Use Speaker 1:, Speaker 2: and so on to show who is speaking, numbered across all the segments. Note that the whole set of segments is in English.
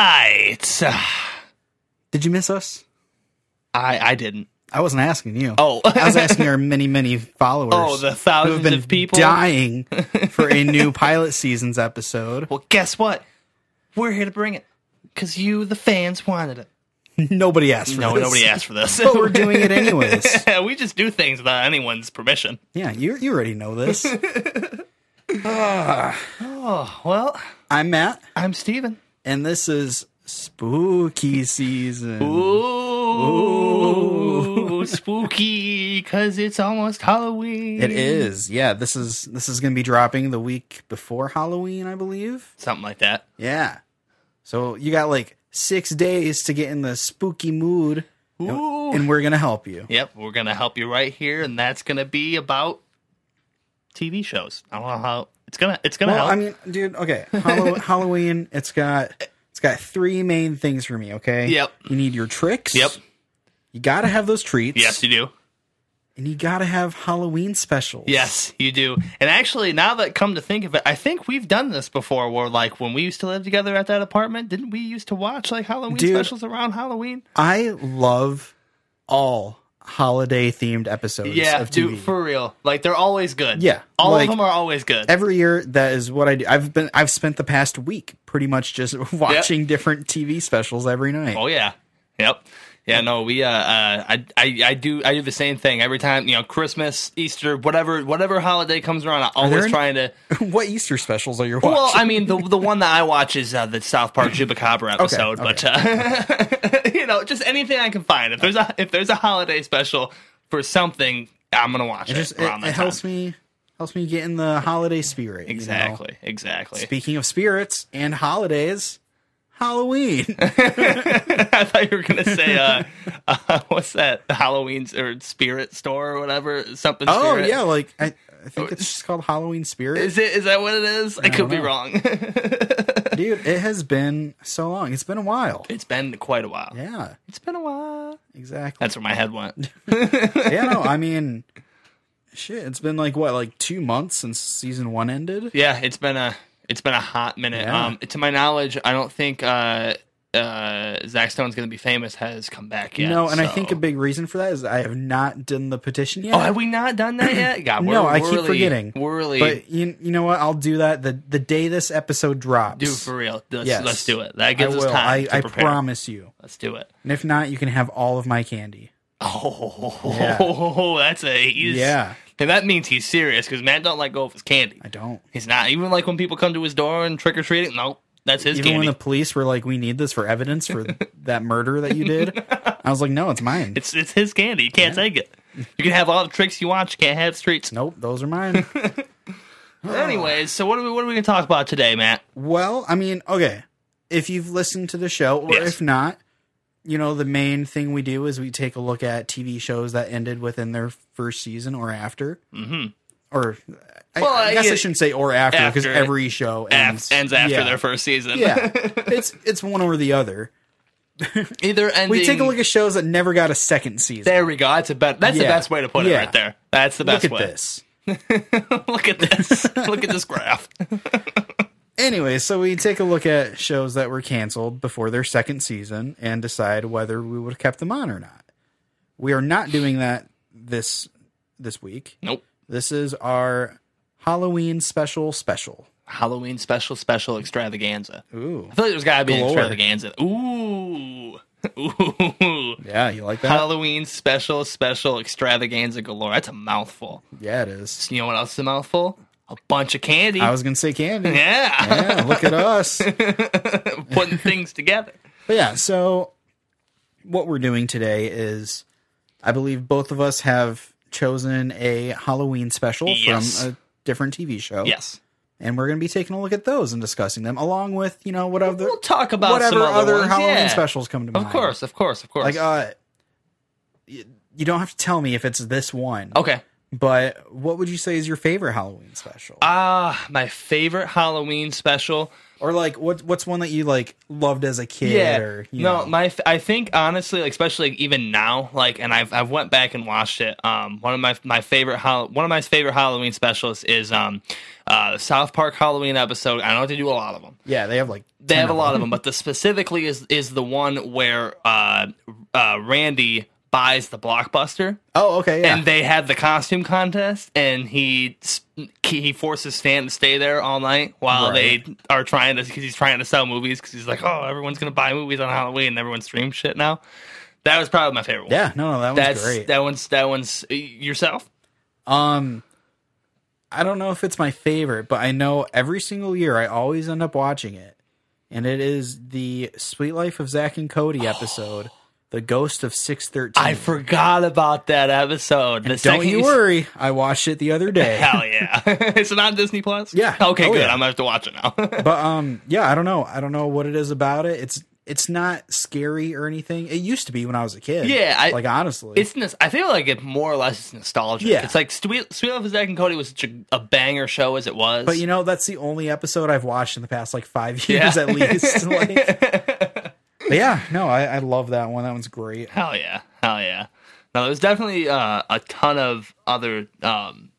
Speaker 1: right.
Speaker 2: Did you miss us?
Speaker 1: I I didn't.
Speaker 2: I wasn't asking you.
Speaker 1: Oh.
Speaker 2: I was asking our many, many followers.
Speaker 1: Oh, the
Speaker 2: who
Speaker 1: thousands
Speaker 2: have been
Speaker 1: of people.
Speaker 2: dying for a new pilot seasons episode.
Speaker 1: Well, guess what? We're here to bring it because you, the fans, wanted it.
Speaker 2: Nobody asked for
Speaker 1: No,
Speaker 2: this.
Speaker 1: nobody asked for this.
Speaker 2: But we're doing it anyways.
Speaker 1: we just do things without anyone's permission.
Speaker 2: Yeah, you you already know this.
Speaker 1: Oh well,
Speaker 2: I'm Matt,
Speaker 1: I'm Steven.
Speaker 2: and this is spooky season.
Speaker 1: Ooh, spooky, cause it's almost Halloween.
Speaker 2: It is. Yeah, this is this is going to be dropping the week before Halloween, I believe.
Speaker 1: something like that.
Speaker 2: Yeah. So you got like 6 days to get in the spooky mood and-
Speaker 1: Ooh.
Speaker 2: and we're going to help you.
Speaker 1: Yep, we're gonna help you right here, and that's gonna be about TV shows. I don't know how it's gonna it's gonna
Speaker 2: Well,
Speaker 1: help.
Speaker 2: I mean, dude, okay. Hallow- Halloween, it's got it's got three main things for me, okay?
Speaker 1: Yep.
Speaker 2: You need your tricks.
Speaker 1: yep,
Speaker 2: You got to have those treats.
Speaker 1: yes, you do.
Speaker 2: And you got to have Halloween specials.
Speaker 1: Yes, you do. And actually, now that come to think of it, I think we've done this before. Where like when we used to live together at that apartment, didn't we used to watch like Halloween
Speaker 2: Dude.
Speaker 1: specials around Halloween?
Speaker 2: I love all holiday themed episodes
Speaker 1: Yeah,
Speaker 2: of TV.
Speaker 1: dude, for real. Like they're always good.
Speaker 2: Yeah,
Speaker 1: all
Speaker 2: like-
Speaker 1: of them are always good.
Speaker 2: Every year that is what I do. I've been I've spent the past week pretty much just watching different TV specials every night.
Speaker 1: oh yeah, yep, yeah. No, we. Uh, uh, I, I, I do, I do the same thing every time. You know, Christmas, Easter, whatever, whatever holiday comes around, I'm
Speaker 2: there
Speaker 1: always
Speaker 2: any-
Speaker 1: trying to.
Speaker 2: what Easter specials are you watching?
Speaker 1: Well, I mean, the the one that I watch is uh, the South Park Chupacabra episode, but uh, you know, just anything I can find. If there's a if there's a holiday special for something, I'm gonna watch it.
Speaker 2: it just it,
Speaker 1: around that
Speaker 2: it helps me helps me get in the holiday spirit. you know?
Speaker 1: Exactly, exactly.
Speaker 2: Speaking of spirits and holidays, Halloween.
Speaker 1: I thought you were gonna say, uh, uh, what's that? Halloween's or Spirit Store or whatever, something.
Speaker 2: oh
Speaker 1: Spirit.
Speaker 2: yeah, like I, I
Speaker 1: Oh.
Speaker 2: think it's just called Halloween Spirit.
Speaker 1: Is it? Is that what it is? I, could be
Speaker 2: know.
Speaker 1: wrong.
Speaker 2: Dude, it has been so long. It's been a while.
Speaker 1: it's been quite a while.
Speaker 2: Yeah,
Speaker 1: It's been a while.
Speaker 2: exactly.
Speaker 1: That's where my head went.
Speaker 2: yeah, no, I mean, shit, it's been like what, like two months since season one ended.
Speaker 1: Yeah, it's been a it's been a hot minute.
Speaker 2: Yeah.
Speaker 1: Um, to my knowledge, I don't think uh, uh, Zach Stone's gonna be famous has come back yet.
Speaker 2: no, and I
Speaker 1: so-
Speaker 2: think a big reason for that is I have not done the petition yet.
Speaker 1: Oh, have we not done that yet? God, we're,
Speaker 2: No, I
Speaker 1: we're
Speaker 2: keep
Speaker 1: really-
Speaker 2: forgetting.
Speaker 1: We're really
Speaker 2: but you, you know what? I'll do that the the day this episode drops.
Speaker 1: do for real. Let's,
Speaker 2: Yes.
Speaker 1: let's do it. That
Speaker 2: I
Speaker 1: gives
Speaker 2: will.
Speaker 1: us time.
Speaker 2: I,
Speaker 1: to
Speaker 2: I
Speaker 1: prepare.
Speaker 2: promise you.
Speaker 1: Let's do it.
Speaker 2: And if not, you can have all of my candy.
Speaker 1: Oh,
Speaker 2: Yeah.
Speaker 1: that's a he's,
Speaker 2: Yeah.
Speaker 1: And that means he's serious because Matt don't let go of his candy.
Speaker 2: I don't.
Speaker 1: He's not even like when people come to his door and trick or treating. No, that's his
Speaker 2: Even
Speaker 1: candy.
Speaker 2: when the police were like, "We need this for evidence for that murder that you did," I was like, "No, it's mine.
Speaker 1: It's it's his candy. You can't take it. You can have all the tricks you want. You can't have streets.
Speaker 2: nope, those are mine."
Speaker 1: Anyways, so what are we what are we gonna talk about today, Matt?
Speaker 2: Well, I mean, okay. If you've listened to the show, or
Speaker 1: Yes.
Speaker 2: if not, you know, the main thing we do is we take a look at TV shows that ended within their first season or after. Mm-hmm. Or I,
Speaker 1: Well,
Speaker 2: I guess
Speaker 1: yeah.
Speaker 2: I shouldn't say or after because
Speaker 1: After.
Speaker 2: every show ends,
Speaker 1: Af- ends after
Speaker 2: yeah.
Speaker 1: their first season.
Speaker 2: yeah, it's it's one or the other.
Speaker 1: Either ending.
Speaker 2: We take a look at shows that never got a second season.
Speaker 1: There we go. That's a bet. That's the
Speaker 2: Yeah.
Speaker 1: best way to put it
Speaker 2: Yeah.
Speaker 1: right there. That's the
Speaker 2: look
Speaker 1: best
Speaker 2: at
Speaker 1: way.
Speaker 2: this.
Speaker 1: look at this. look at this graph.
Speaker 2: Anyway, so we take a look at shows that were canceled before their second season and decide whether we would have kept them on or not. We are not doing that this this week.
Speaker 1: Nope.
Speaker 2: This is our Halloween special special.
Speaker 1: Halloween special special extravaganza.
Speaker 2: Ooh.
Speaker 1: I feel like there's gotta be an
Speaker 2: Galore.
Speaker 1: extravaganza. Ooh. Ooh.
Speaker 2: Yeah, you like that?
Speaker 1: Halloween special special extravaganza galore. That's a mouthful.
Speaker 2: yeah, it is.
Speaker 1: You know what else is a mouthful? A bunch of candy.
Speaker 2: I was going to say candy.
Speaker 1: yeah.
Speaker 2: yeah, look at us.
Speaker 1: Putting things together.
Speaker 2: But yeah, so what we're doing today is I believe both of us have chosen a Halloween special
Speaker 1: Yes.
Speaker 2: from a different TV show.
Speaker 1: Yes.
Speaker 2: and we're going to be taking a look at those and discussing them along with you know whatever
Speaker 1: We'll talk about
Speaker 2: whatever
Speaker 1: some other,
Speaker 2: other
Speaker 1: ones.
Speaker 2: Halloween
Speaker 1: yeah.
Speaker 2: specials come to
Speaker 1: Of
Speaker 2: mind.
Speaker 1: course, of course, of course.
Speaker 2: like uh, you, you don't have to tell me if it's this one,
Speaker 1: okay.
Speaker 2: but what would you say is your favorite Halloween special?
Speaker 1: Ah, my favorite Halloween special.
Speaker 2: Or like what what's one that you like loved as a kid?
Speaker 1: yeah.
Speaker 2: Or, you
Speaker 1: no,
Speaker 2: know.
Speaker 1: my f- I think honestly, like, especially even now, like, and I've I've went back and watched it. Um, one of my my favorite Hall- one of my favorite Halloween specials is um, uh, South Park Halloween episode. I know they do a lot of them.
Speaker 2: yeah, they have like
Speaker 1: They
Speaker 2: 10
Speaker 1: have a lot of them, but the specifically is is the one where uh, uh, Randy buys the blockbuster
Speaker 2: Oh, okay, yeah.
Speaker 1: and they had the costume contest and he s- he forces Stan to stay there all night while
Speaker 2: Right.
Speaker 1: they are trying to because he's trying to sell movies because he's like oh everyone's gonna buy movies on Halloween and everyone streams shit now that was probably my favorite one
Speaker 2: yeah, no, no, that one's
Speaker 1: that's
Speaker 2: great.
Speaker 1: that one's that one's yourself
Speaker 2: Um, I don't know if it's my favorite, but I know every single year I always end up watching it, and it is the Sweet Life of Zach and
Speaker 1: Oh.
Speaker 2: Cody episode, "The Ghost of Six Thirteen.
Speaker 1: I forgot about that episode the
Speaker 2: Don't
Speaker 1: second
Speaker 2: you
Speaker 1: s-
Speaker 2: worry, I watched it the other day.
Speaker 1: hell yeah it's not Disney Plus
Speaker 2: Yeah.
Speaker 1: okay
Speaker 2: Oh,
Speaker 1: good
Speaker 2: yeah.
Speaker 1: I'm gonna have to watch it now
Speaker 2: but um, yeah, I don't know, I don't know what it is about it. It's it's not scary or anything. It used to be when I was a kid.
Speaker 1: Yeah, I-
Speaker 2: like honestly,
Speaker 1: It's nos- I feel like it more or less is nostalgic.
Speaker 2: Yeah.
Speaker 1: It's like Sweet, Sweet Love of Zack and Cody was such a, a banger show as it was.
Speaker 2: But you know, that's the only episode I've watched in the past like five years at least. like, but yeah, no, I, I love that one. That one's great.
Speaker 1: hell yeah, hell yeah. Now there's definitely uh, a ton of other um,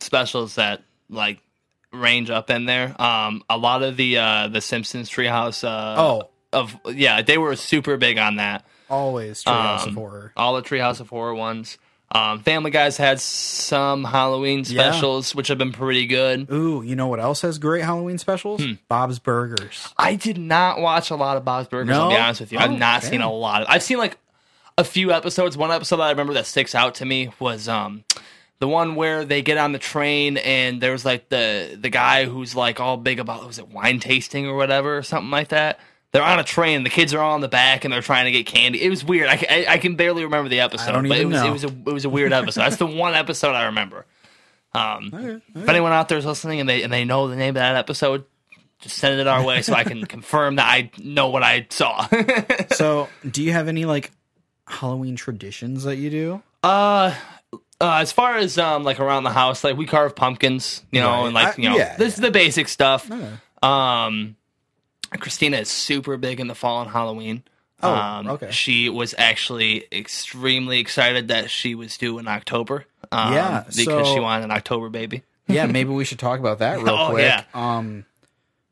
Speaker 1: specials that like range up in there. Um, a lot of the uh, the Simpsons Treehouse. Uh,
Speaker 2: Oh.
Speaker 1: Of yeah, they were super big on that.
Speaker 2: Always Treehouse of
Speaker 1: Um,
Speaker 2: Horror.
Speaker 1: All the Treehouse of Horror ones. Um, Family Guys had some Halloween
Speaker 2: Yeah.
Speaker 1: specials, which have been pretty good.
Speaker 2: Ooh, you know what else has great Halloween specials?
Speaker 1: Hmm.
Speaker 2: Bob's Burgers.
Speaker 1: I did not watch a lot of Bob's Burgers.
Speaker 2: No?
Speaker 1: I'll be honest with you.
Speaker 2: Oh,
Speaker 1: I've not
Speaker 2: damn.
Speaker 1: seen a lot. Of, I've seen like a few episodes. One episode that I remember that sticks out to me was um the one where they get on the train and there's like the the guy who's like all big about was it wine tasting or whatever or something like that. They're on a train. The kids are all in the back and they're trying to get candy. It was weird. I, ca- I, I can barely remember the episode,
Speaker 2: don't
Speaker 1: but it
Speaker 2: even
Speaker 1: was
Speaker 2: know.
Speaker 1: it was a it was a weird episode. That's the one episode I remember. Um, if anyone out there is listening and they and they know the name of that episode, just send it our way so I can confirm that I know what I saw.
Speaker 2: so, do you have any like Halloween traditions that you do?
Speaker 1: uh, uh, as far as um, like around the house, like we carve pumpkins, you know,
Speaker 2: Right.
Speaker 1: and like
Speaker 2: I-
Speaker 1: you know,
Speaker 2: yeah,
Speaker 1: this is the basic stuff.
Speaker 2: Yeah.
Speaker 1: Um, Christina is super big in the fall and Halloween.
Speaker 2: Oh,
Speaker 1: um,
Speaker 2: okay.
Speaker 1: She was actually extremely excited that she was due in October. Um,
Speaker 2: Yeah,
Speaker 1: because
Speaker 2: so-
Speaker 1: she wanted an October baby.
Speaker 2: yeah, maybe we should talk about that real
Speaker 1: Oh,
Speaker 2: quick.
Speaker 1: yeah.
Speaker 2: Um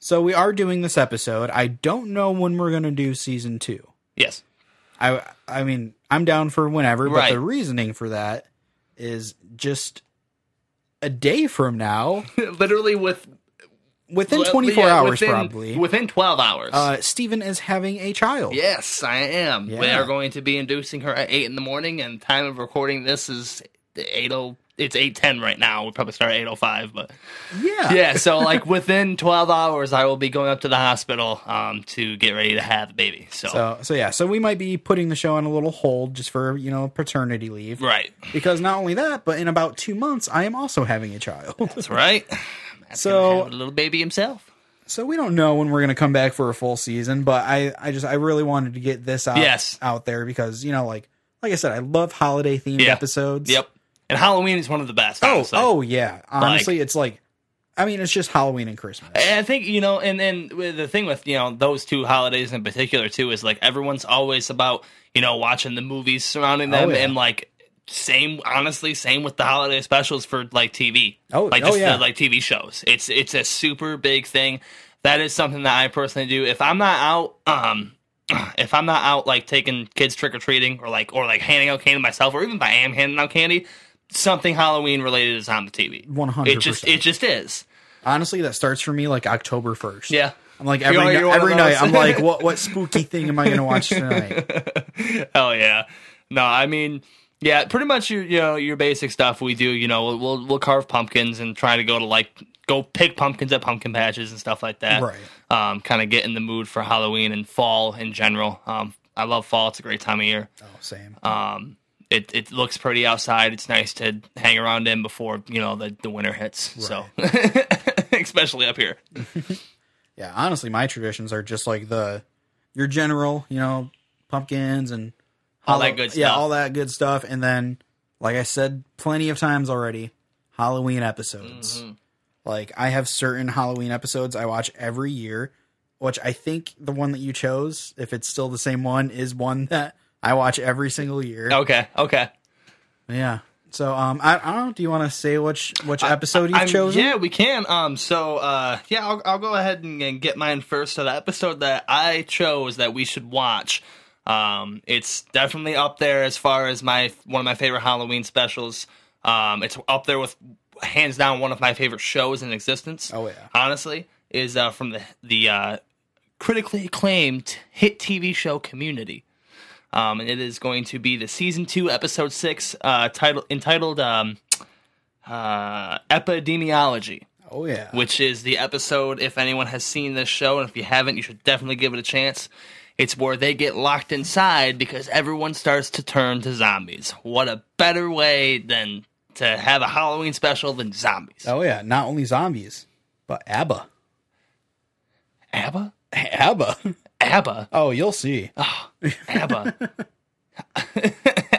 Speaker 2: so we are doing this episode. I don't know when we're going to do season 2.
Speaker 1: Yes.
Speaker 2: I I mean, I'm down for whenever, but
Speaker 1: Right.
Speaker 2: the reasoning for that is just a day from now,
Speaker 1: Literally with
Speaker 2: within
Speaker 1: well,
Speaker 2: 24
Speaker 1: yeah,
Speaker 2: hours
Speaker 1: within-
Speaker 2: probably.
Speaker 1: Within 12 hours.
Speaker 2: uh Steven is having a child.
Speaker 1: Yes, I am. We
Speaker 2: Yeah.
Speaker 1: are going to be inducing her at eight in the morning, and time of recording this is eight oh. It's eight ten right now. We will probably start at eight oh five, but
Speaker 2: Yeah.
Speaker 1: yeah. So like within twelve hours, I will be going up to the hospital um to get ready to have the baby. So,
Speaker 2: So so yeah, so we might be putting the show on a little hold just for, you know, paternity leave.
Speaker 1: right,
Speaker 2: Because not only that, but in about 2 months I am also having a child.
Speaker 1: that's right. Matt's
Speaker 2: So-
Speaker 1: gonna have a little baby himself.
Speaker 2: so we don't know when we're going to come back for a full season, but I I just I really wanted to get this out
Speaker 1: Yes.
Speaker 2: out there because, you know, like like I said, I love holiday themed
Speaker 1: Yeah.
Speaker 2: episodes.
Speaker 1: Yep. And Halloween is one of the best.
Speaker 2: Oh,
Speaker 1: honestly.
Speaker 2: oh yeah. Honestly, it's like I mean, it's just Halloween and Christmas.
Speaker 1: And I think you know, and then the thing with you know those two holidays in particular too is like everyone's always about you know watching the movies surrounding them,
Speaker 2: Oh, yeah.
Speaker 1: and like same honestly, same with the holiday specials for like TV,
Speaker 2: Oh,
Speaker 1: like
Speaker 2: oh,
Speaker 1: just the,
Speaker 2: yeah.
Speaker 1: like TV shows. It's it's a super big thing. That is something that I personally do. If I'm not out, um, if I'm not out like taking kids trick or treating or like or like handing out candy myself, or even if I am handing out candy, something Halloween related is on the TV.
Speaker 2: 100%.
Speaker 1: It just it just is.
Speaker 2: Honestly, that starts for me like October 1st.
Speaker 1: Yeah.
Speaker 2: I'm like
Speaker 1: You're-
Speaker 2: every
Speaker 1: you're one of
Speaker 2: every night
Speaker 1: those.
Speaker 2: I'm like what what spooky thing am I going to watch tonight?
Speaker 1: Hell yeah. No, I mean, yeah, pretty much your you know your basic stuff we do. You know, we'll we'll, we'll carve pumpkins and try to go to like go pick pumpkins at pumpkin patches and stuff like that.
Speaker 2: Right.
Speaker 1: Um, kind of get in the mood for Halloween and fall in general. Um, I love fall. It's a great time of year.
Speaker 2: Oh, same.
Speaker 1: Um, it it looks pretty outside. It's nice to hang around in before you know the the winter hits. So. Especially up here.
Speaker 2: yeah, honestly, my traditions are just like the your general, you know, pumpkins and
Speaker 1: All
Speaker 2: Hallow-
Speaker 1: that good
Speaker 2: Yeah,
Speaker 1: stuff.
Speaker 2: all that good stuff, and then like I said plenty of times already,
Speaker 1: Mm-hmm.
Speaker 2: Halloween episodes. Like I have certain Halloween episodes I watch every year which I think the one that you chose, if it's still the same one, is one that I watch every single year.
Speaker 1: Okay. Okay.
Speaker 2: Yeah. So um, I, I don't know. Do you want to say which which episode
Speaker 1: I-
Speaker 2: you've
Speaker 1: I'm-
Speaker 2: chosen?
Speaker 1: Yeah, we can. Um, so uh, yeah, I'll, I'll go ahead and, and get mine first. So the episode that I chose that we should watch, um, it's definitely up there as far as my one of my favorite Halloween specials. Um, it's up there with hands down one of my favorite shows in existence.
Speaker 2: Oh, yeah.
Speaker 1: honestly, is uh, from the the uh, critically acclaimed hit TV show Community. Um, and it is going to be the season two, episode six, uh, title entitled um, uh, epidemiology,
Speaker 2: Oh yeah.
Speaker 1: which is the episode. If anyone has seen this show, and if you haven't, you should definitely give it a chance. It's where they get locked inside because everyone starts to turn to zombies. What a better way than to have a Halloween special than zombies?
Speaker 2: oh yeah. Not only zombies, but ABBA.
Speaker 1: ABBA,
Speaker 2: ABBA.
Speaker 1: ABBA,
Speaker 2: Oh, you'll see.
Speaker 1: ABBA,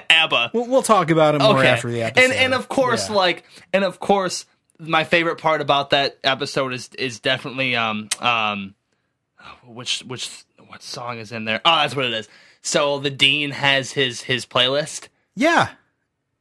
Speaker 1: ABBA.
Speaker 2: We'll, we'll talk about it more after the episode.
Speaker 1: And and of course,
Speaker 2: Yeah.
Speaker 1: like and of course, my favorite part about that episode is is definitely um um which which what song is in there? Oh, that's what it is. So the dean has his his playlist.
Speaker 2: yeah,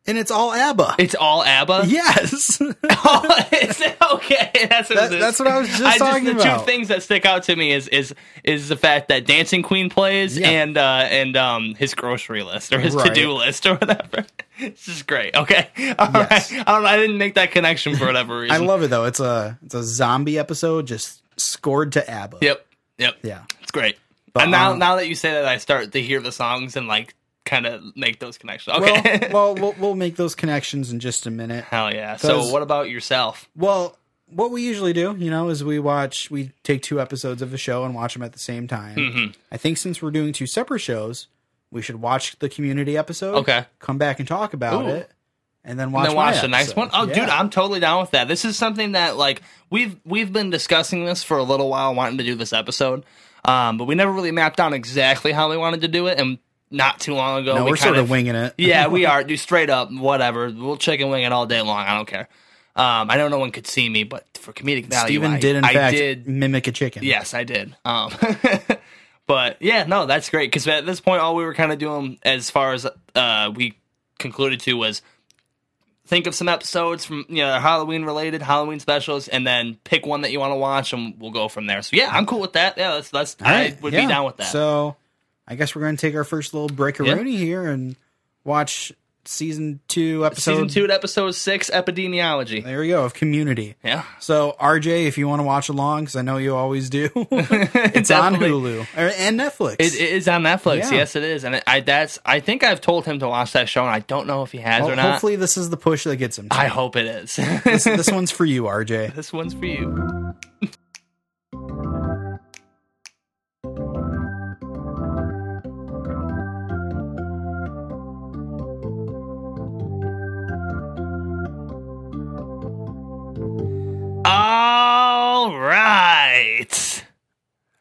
Speaker 2: and it's all ABBA.
Speaker 1: It's all ABBA.
Speaker 2: yes.
Speaker 1: Oh, it's, okay, that's what,
Speaker 2: That-
Speaker 1: it is.
Speaker 2: that's what I was just talking
Speaker 1: the
Speaker 2: about.
Speaker 1: two things that stick out to me is is is the fact that Dancing Queen plays
Speaker 2: Yeah.
Speaker 1: and uh, and um his grocery list or his
Speaker 2: Right.
Speaker 1: to do list or whatever. It's just great. Okay, all right.
Speaker 2: Yes.
Speaker 1: I don't. know, I didn't make that connection for whatever
Speaker 2: I
Speaker 1: reason.
Speaker 2: love it though. It's a it's a zombie episode just scored to ABBA.
Speaker 1: Yep. Yep.
Speaker 2: Yeah.
Speaker 1: It's great.
Speaker 2: But,
Speaker 1: and now
Speaker 2: um,
Speaker 1: now that you say that, I start to hear the songs and like kind of make those connections. Okay.
Speaker 2: Well, well, we'll we'll make those connections in just a minute.
Speaker 1: Hell yeah. So
Speaker 2: 'cause-
Speaker 1: what about yourself?
Speaker 2: Well, what we usually do, you know, is we watch we take two episodes of a show and watch them at the same time.
Speaker 1: Mm-hmm.
Speaker 2: I think since we're doing two separate shows, we should watch the community episode.
Speaker 1: Okay.
Speaker 2: Come back and talk about
Speaker 1: Ooh.
Speaker 2: it. And then watch,
Speaker 1: And then watch
Speaker 2: my
Speaker 1: the next
Speaker 2: episode.
Speaker 1: one. Oh,
Speaker 2: Yeah.
Speaker 1: dude, I'm totally down with that. This is something that like we've we've been discussing this for a little while, wanting to do this episode, um, but we never really mapped out exactly how we wanted to do it. And not too long ago,
Speaker 2: no,
Speaker 1: we
Speaker 2: we're sort
Speaker 1: kind
Speaker 2: of winging it.
Speaker 1: yeah, we are. Do straight up, whatever. We'll check and wing it all day long. I don't care. Um, I know no one could see me, but for comedic value,
Speaker 2: Steven
Speaker 1: I,
Speaker 2: did in
Speaker 1: I
Speaker 2: fact
Speaker 1: did
Speaker 2: mimic a chicken.
Speaker 1: Yes, I did. Um, but yeah, no, that's great because at this point, all we were kind of doing, as far as uh, we concluded to, was think of some episodes from you know Halloween related Halloween specials, and then pick one that you want to watch, and we'll go from there. So yeah, I'm cool with that. Yeah, that's that's
Speaker 2: All right,
Speaker 1: I would
Speaker 2: yeah.
Speaker 1: be down with that.
Speaker 2: So I guess we're going to take our first little breakaroni here and watch season two
Speaker 1: Season
Speaker 2: episode.
Speaker 1: two, episode six, epidemiology.
Speaker 2: There we go of Community.
Speaker 1: Yeah,
Speaker 2: So RJ, if you want to watch along, because I know you always do, it's on
Speaker 1: Definitely.
Speaker 2: Hulu or, and Netflix.
Speaker 1: it, it is on Netflix.
Speaker 2: Yeah.
Speaker 1: Yes, it is, and I that's I think I've told him to watch that show, and I don't know if he has
Speaker 2: Well,
Speaker 1: or not.
Speaker 2: Hopefully, this is the push that gets him. To
Speaker 1: I
Speaker 2: it.
Speaker 1: hope it is.
Speaker 2: this, this one's for you, RJ.
Speaker 1: this one's for you. All right.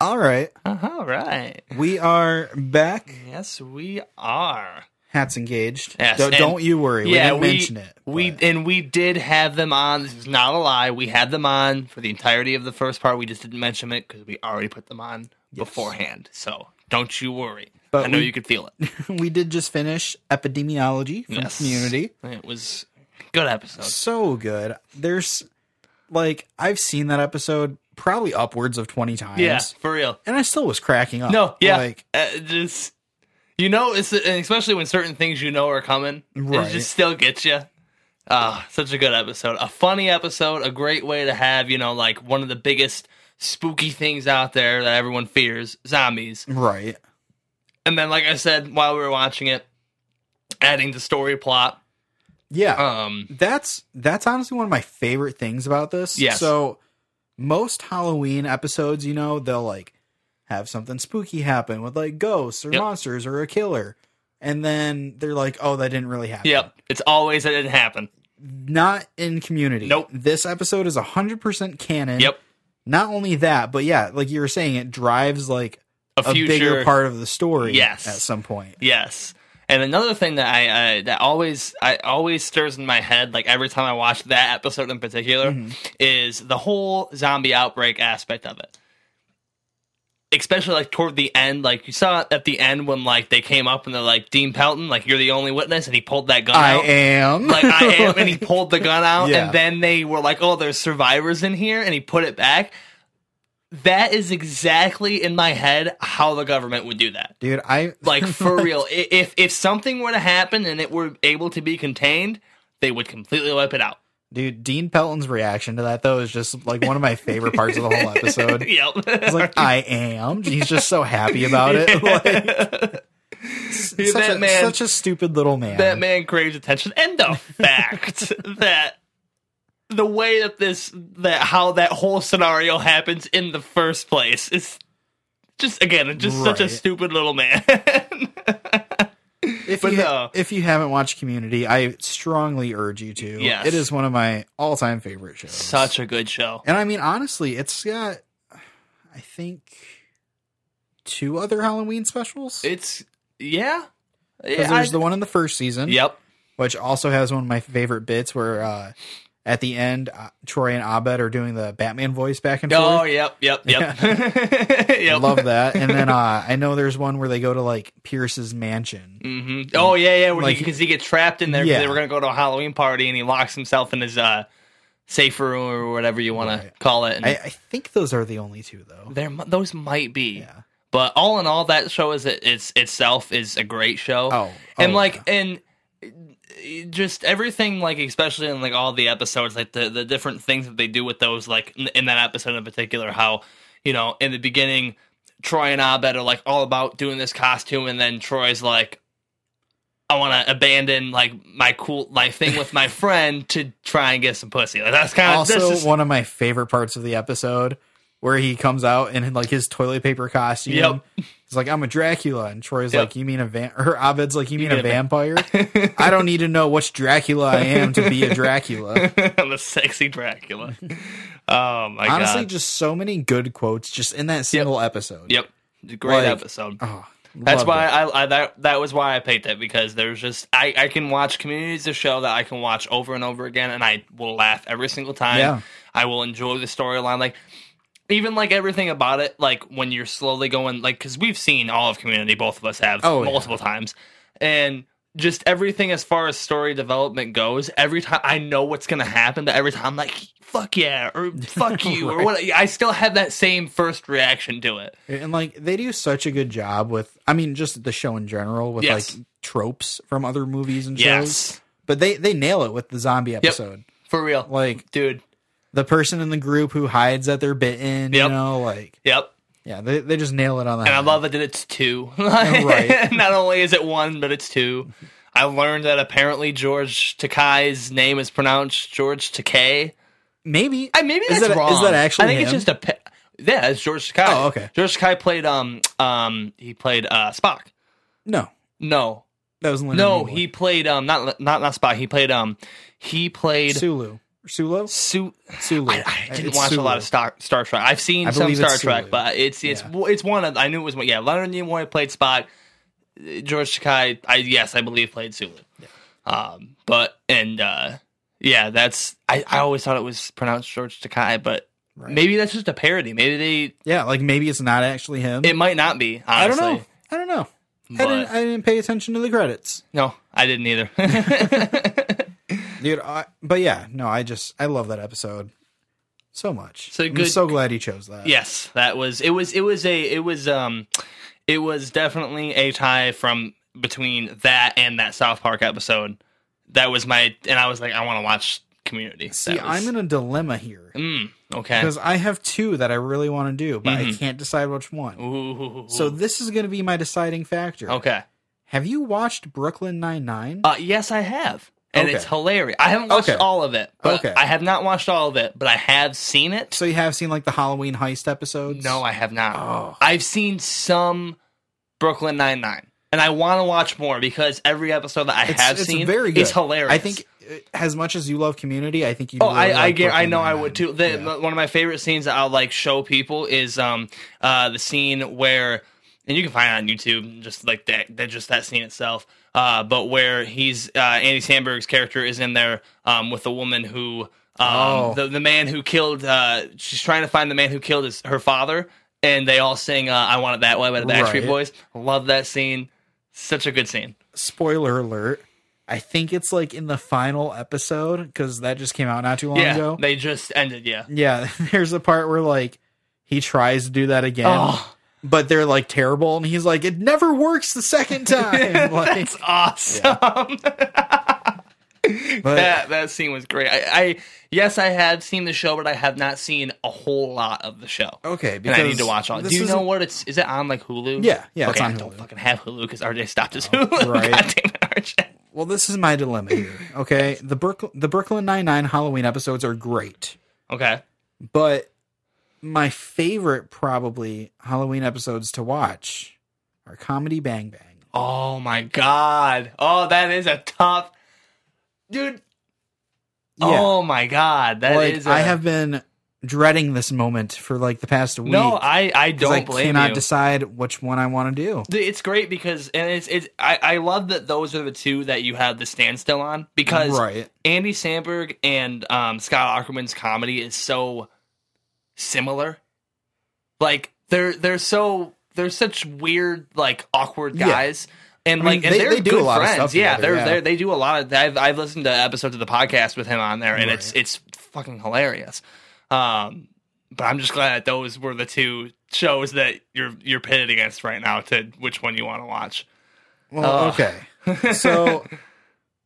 Speaker 2: All right,
Speaker 1: All right.
Speaker 2: we are back.
Speaker 1: Yes, we are.
Speaker 2: Hats engaged.
Speaker 1: Yes,
Speaker 2: don't,
Speaker 1: and-
Speaker 2: don't you worry. we
Speaker 1: yeah,
Speaker 2: didn't
Speaker 1: we
Speaker 2: mention it.
Speaker 1: we
Speaker 2: but-
Speaker 1: and we did have them on. This is not a lie. We had them on for the entirety of the first part. We just didn't mention it because we already put them on beforehand. So don't you worry.
Speaker 2: But
Speaker 1: I know
Speaker 2: we-
Speaker 1: you could feel it.
Speaker 2: we did just finish epidemiology from
Speaker 1: Yes.
Speaker 2: Community.
Speaker 1: It was a good episode.
Speaker 2: so good. There's like I've seen that episode probably upwards of 20 times.
Speaker 1: Yeah, for real.
Speaker 2: And I still was cracking up.
Speaker 1: No, yeah,
Speaker 2: Like
Speaker 1: uh, just you know, it's and especially when certain things you know are coming,
Speaker 2: Right.
Speaker 1: it just still gets you. Ah, such a good episode, a funny episode, a great way to have you know like one of the biggest spooky things out there that everyone fears, zombies.
Speaker 2: right.
Speaker 1: And then, like I said, while we were watching it, adding the story plot.
Speaker 2: Yeah.
Speaker 1: Um,
Speaker 2: that's that's honestly one of my favorite things about this.
Speaker 1: Yes.
Speaker 2: So most Halloween episodes, you know, they'll like have something spooky happen with like ghosts or
Speaker 1: Yep.
Speaker 2: monsters or a killer. And then they're like, "Oh, that didn't really happen."
Speaker 1: yep, it's always that didn't happen.
Speaker 2: Not in community.
Speaker 1: Nope.
Speaker 2: This episode is 100% canon.
Speaker 1: Yep,
Speaker 2: Not only that, but yeah, like you were saying it drives like
Speaker 1: a,
Speaker 2: a
Speaker 1: future
Speaker 2: bigger part of the story
Speaker 1: Yes.
Speaker 2: at some point.
Speaker 1: Yes. And another thing that I, I that always I always stirs in my head, like every time I watch that episode
Speaker 2: Mm-hmm.
Speaker 1: in particular, is the whole zombie outbreak aspect of it. especially like toward the end, like you saw at the end when like they came up and they're like Dean Pelton, like you're the only witness, and he pulled that gun
Speaker 2: I
Speaker 1: out.
Speaker 2: am.
Speaker 1: Like I am, and he pulled the gun out,
Speaker 2: Yeah.
Speaker 1: and then they were like, "Oh, there's survivors in here," and he put it back. That is exactly in my head how the government would do that.
Speaker 2: Dude, I
Speaker 1: Like for real, I- if if something were to happen and it were able to be contained, they would completely wipe it out.
Speaker 2: dude, Dean Pelton's reaction to that though is just like one of my favorite parts of the whole episode.
Speaker 1: yep.
Speaker 2: It's like I am. He's just so happy about it. Like,
Speaker 1: Dude,
Speaker 2: such,
Speaker 1: that
Speaker 2: a,
Speaker 1: man-
Speaker 2: such a stupid little man.
Speaker 1: that man craves attention and the fact that the way that this that how that whole scenario happens in the first place is just again just such a
Speaker 2: Right.
Speaker 1: stupid little man
Speaker 2: If
Speaker 1: but
Speaker 2: you,
Speaker 1: no.
Speaker 2: if you haven't watched Community, I strongly urge you to.
Speaker 1: Yes.
Speaker 2: It is one of my all-time favorite shows.
Speaker 1: such a good show
Speaker 2: And I mean, honestly, it's got, I think, two other Halloween specials.
Speaker 1: it's yeah
Speaker 2: Because
Speaker 1: yeah
Speaker 2: there's
Speaker 1: I-
Speaker 2: the one in the first season,
Speaker 1: yep
Speaker 2: which also has one of my favorite bits where uh, at the end, uh, Troy and Abed are doing the Batman voice back and forth.
Speaker 1: oh yep yep yep
Speaker 2: I
Speaker 1: yep
Speaker 2: love that. And then uh, I know there's one where they go to like Pierce's mansion.
Speaker 1: hmm Oh yeah, yeah. Because
Speaker 2: Like-
Speaker 1: he, 'cause he gets trapped in there. 'cause
Speaker 2: Yeah.
Speaker 1: They were gonna go to a Halloween party, and he locks himself in his uh, safe room or whatever you want to
Speaker 2: Right.
Speaker 1: call it. And
Speaker 2: I, I think those are the only two, though.
Speaker 1: there, mi- those might be.
Speaker 2: Yeah.
Speaker 1: But all in all, that show is it's itself is a great show.
Speaker 2: Oh,
Speaker 1: and
Speaker 2: oh,
Speaker 1: like and uh, just everything like especially in like all the episodes like the the different things that they do with those like in, in that episode in particular how you know in the beginning troy and abed are like all about doing this costume and then troy's like i want to abandon like my cool my thing with my friend to try and get some pussy like that's kind of
Speaker 2: also
Speaker 1: this is,
Speaker 2: one of my favorite parts of the episode where he comes out in like his toilet paper costume.
Speaker 1: Yep.
Speaker 2: He's like, I'm a Dracula, and Troy's
Speaker 1: Yep.
Speaker 2: like, You mean a van? Or Abed's like, You mean, a vampire? I don't need to know which Dracula I am to be a Dracula.
Speaker 1: i'm a sexy dracula oh my
Speaker 2: Honestly,
Speaker 1: god
Speaker 2: just so many good quotes just in that single episode.
Speaker 1: yep great
Speaker 2: like,
Speaker 1: episode
Speaker 2: Oh,
Speaker 1: That's
Speaker 2: loved
Speaker 1: why
Speaker 2: it.
Speaker 1: I, I that that was why I picked it because there's just I I can watch Community's a show that I can watch over and over again and I will laugh every single time.
Speaker 2: Yeah.
Speaker 1: I will enjoy the storyline like even like everything about it like when you're slowly going like cuz we've seen all of Community both of us have
Speaker 2: Oh, yeah.
Speaker 1: multiple times and just everything as far as story development goes every time I know what's going to happen but every time I'm like fuck yeah or fuck you or
Speaker 2: Right.
Speaker 1: what I still have that same first reaction to it.
Speaker 2: And like they do such a good job with I mean just the show in general with
Speaker 1: Yes.
Speaker 2: like tropes from other movies and shows.
Speaker 1: Yes.
Speaker 2: But they they nail it with the zombie episode.
Speaker 1: For real.
Speaker 2: Like
Speaker 1: Dude.
Speaker 2: the person in the group who hides that they're bitten,
Speaker 1: Yep.
Speaker 2: you know, like
Speaker 1: Yep.
Speaker 2: yeah, they they just nail it on that.
Speaker 1: And I love it that it's two.
Speaker 2: Right.
Speaker 1: Not only is it one, but it's two. I learned that apparently George Takei's name is pronounced George Takei.
Speaker 2: maybe
Speaker 1: I maybe
Speaker 2: Is
Speaker 1: that's
Speaker 2: that- is
Speaker 1: wrong.
Speaker 2: that actually
Speaker 1: I think
Speaker 2: him?
Speaker 1: it's just a. Pe- yeah, it's George Takai.
Speaker 2: Oh, okay.
Speaker 1: George Takai played um um he played uh Spock.
Speaker 2: no.
Speaker 1: No,
Speaker 2: That was Leonard
Speaker 1: no,
Speaker 2: Nimoy.
Speaker 1: he played um not not not Spock. He played um he played
Speaker 2: Sulu. Sulu?
Speaker 1: Su-
Speaker 2: Sulu.
Speaker 1: I, I didn't
Speaker 2: It's
Speaker 1: watch a lot
Speaker 2: Sulu.
Speaker 1: of Star Star Trek. I've seen
Speaker 2: I
Speaker 1: some
Speaker 2: believe
Speaker 1: Star
Speaker 2: it's
Speaker 1: Trek,
Speaker 2: Sulu.
Speaker 1: but it's it's
Speaker 2: Yeah.
Speaker 1: it's one of I knew it was one. Yeah, Leonard Nimoy played Spock. Uh, George Takei, I yes, I believe played Sulu. Um, but and uh, yeah, that's I, I always thought it was pronounced George Takei, but
Speaker 2: Right.
Speaker 1: maybe that's just a parody. Maybe
Speaker 2: Yeah, like maybe it's not actually him.
Speaker 1: they it might not be.
Speaker 2: I don't
Speaker 1: Honestly.
Speaker 2: know. I don't know. I
Speaker 1: But-
Speaker 2: didn't I didn't pay attention to the credits.
Speaker 1: No, I didn't either.
Speaker 2: Dude, I, but yeah, no, I just I love that episode so much.
Speaker 1: So
Speaker 2: I'm
Speaker 1: good-
Speaker 2: so glad he chose that.
Speaker 1: yes, that was it. Was it was a it was um it was definitely a tie from between that and that South Park episode. That was my and I was like, I want to watch Community. That
Speaker 2: See,
Speaker 1: was-
Speaker 2: I'm in a dilemma here
Speaker 1: Mm, okay.
Speaker 2: because I have two that I really want to do, but I can't decide which one.
Speaker 1: Mm-hmm. Ooh.
Speaker 2: So this is going to be my deciding factor.
Speaker 1: okay.
Speaker 2: Have you watched Brooklyn Nine Nine?
Speaker 1: Uh, yes, I have, and
Speaker 2: Okay.
Speaker 1: it's hilarious. I haven't watched
Speaker 2: Okay.
Speaker 1: all of it. But
Speaker 2: Okay.
Speaker 1: I have not watched all of it, but I have seen it.
Speaker 2: so you have seen like the Halloween heist episodes?
Speaker 1: No, I have not.
Speaker 2: Oh.
Speaker 1: I've seen some Brooklyn Nine Nine, and I want to watch more because every episode that I
Speaker 2: it's,
Speaker 1: have
Speaker 2: it's
Speaker 1: seen
Speaker 2: very good.
Speaker 1: is hilarious.
Speaker 2: I think uh, as much as you love Community, I think you.
Speaker 1: Oh,
Speaker 2: really
Speaker 1: I,
Speaker 2: like
Speaker 1: I, get, I
Speaker 2: Brooklyn
Speaker 1: know I
Speaker 2: Nine-Nine.
Speaker 1: would too. The,
Speaker 2: Yeah.
Speaker 1: One of my favorite scenes that I'll like show people is um uh the scene where, and you can find it on YouTube, just like that, that just that scene itself. Uh, but where he's uh, Andy Sandberg's character is in there um with the woman who um
Speaker 2: Oh.
Speaker 1: the the man who killed uh she's trying to find the man who killed his her father. and they all sing uh, "I Want It That Way" by the Backstreet
Speaker 2: Right.
Speaker 1: Boys. Love that scene. Such a good scene.
Speaker 2: Spoiler alert. I think it's like in the final episode because that just came out not too long
Speaker 1: yeah,
Speaker 2: ago.
Speaker 1: they just ended. Yeah.
Speaker 2: yeah, there's a part where like he tries to do that again,
Speaker 1: Oh,
Speaker 2: but they're like terrible, and he's like, "It never works the second time." like,
Speaker 1: that's awesome.
Speaker 2: but
Speaker 1: that that scene was great. I, I yes, I have seen the show, but I have not seen a whole lot of the show. And
Speaker 2: okay, Oh, because
Speaker 1: I need to watch all.
Speaker 2: this
Speaker 1: Do you
Speaker 2: isn't-
Speaker 1: know what it's? Is it on like Hulu?
Speaker 2: Yeah, yeah,
Speaker 1: Okay,
Speaker 2: it's on
Speaker 1: I don't
Speaker 2: Hulu. Oh,
Speaker 1: fucking have Hulu because RJ stopped his Hulu.
Speaker 2: right.
Speaker 1: God damn it, RJ.
Speaker 2: Well, this is my dilemma here. Okay, the Berk- the Brooklyn Nine Nine Halloween episodes are great,
Speaker 1: Okay.
Speaker 2: but my favorite probably Halloween episodes to watch are Comedy Bang Bang.
Speaker 1: Oh my god. Oh, that is a tough dude. Oh my god. that is.
Speaker 2: like
Speaker 1: a-
Speaker 2: I have been dreading this moment for like the past week.
Speaker 1: No, I I
Speaker 2: 'cause
Speaker 1: don't
Speaker 2: I
Speaker 1: blame
Speaker 2: cannot
Speaker 1: you.
Speaker 2: decide which one I want to do.
Speaker 1: Th- It's great because and it's it's I, I love that those are the two that you have the standstill on because
Speaker 2: right,
Speaker 1: Andy Samberg and um, Scott Ackerman's comedy is so similar. Like they're they're so they're such weird like awkward
Speaker 2: Yeah.
Speaker 1: guys. And
Speaker 2: I mean,
Speaker 1: like and
Speaker 2: they-
Speaker 1: they're
Speaker 2: they do
Speaker 1: good
Speaker 2: a lot of
Speaker 1: friends.
Speaker 2: stuff
Speaker 1: yeah,
Speaker 2: together,
Speaker 1: they're,
Speaker 2: yeah.
Speaker 1: they're they do a lot of I've I've listened to episodes of the podcast with him on there and it's
Speaker 2: Right.
Speaker 1: it's fucking hilarious. Um but I'm just glad that those were the two shows that you're you're pitted against right now to which one you want to watch.
Speaker 2: well,
Speaker 1: Oh.
Speaker 2: okay. So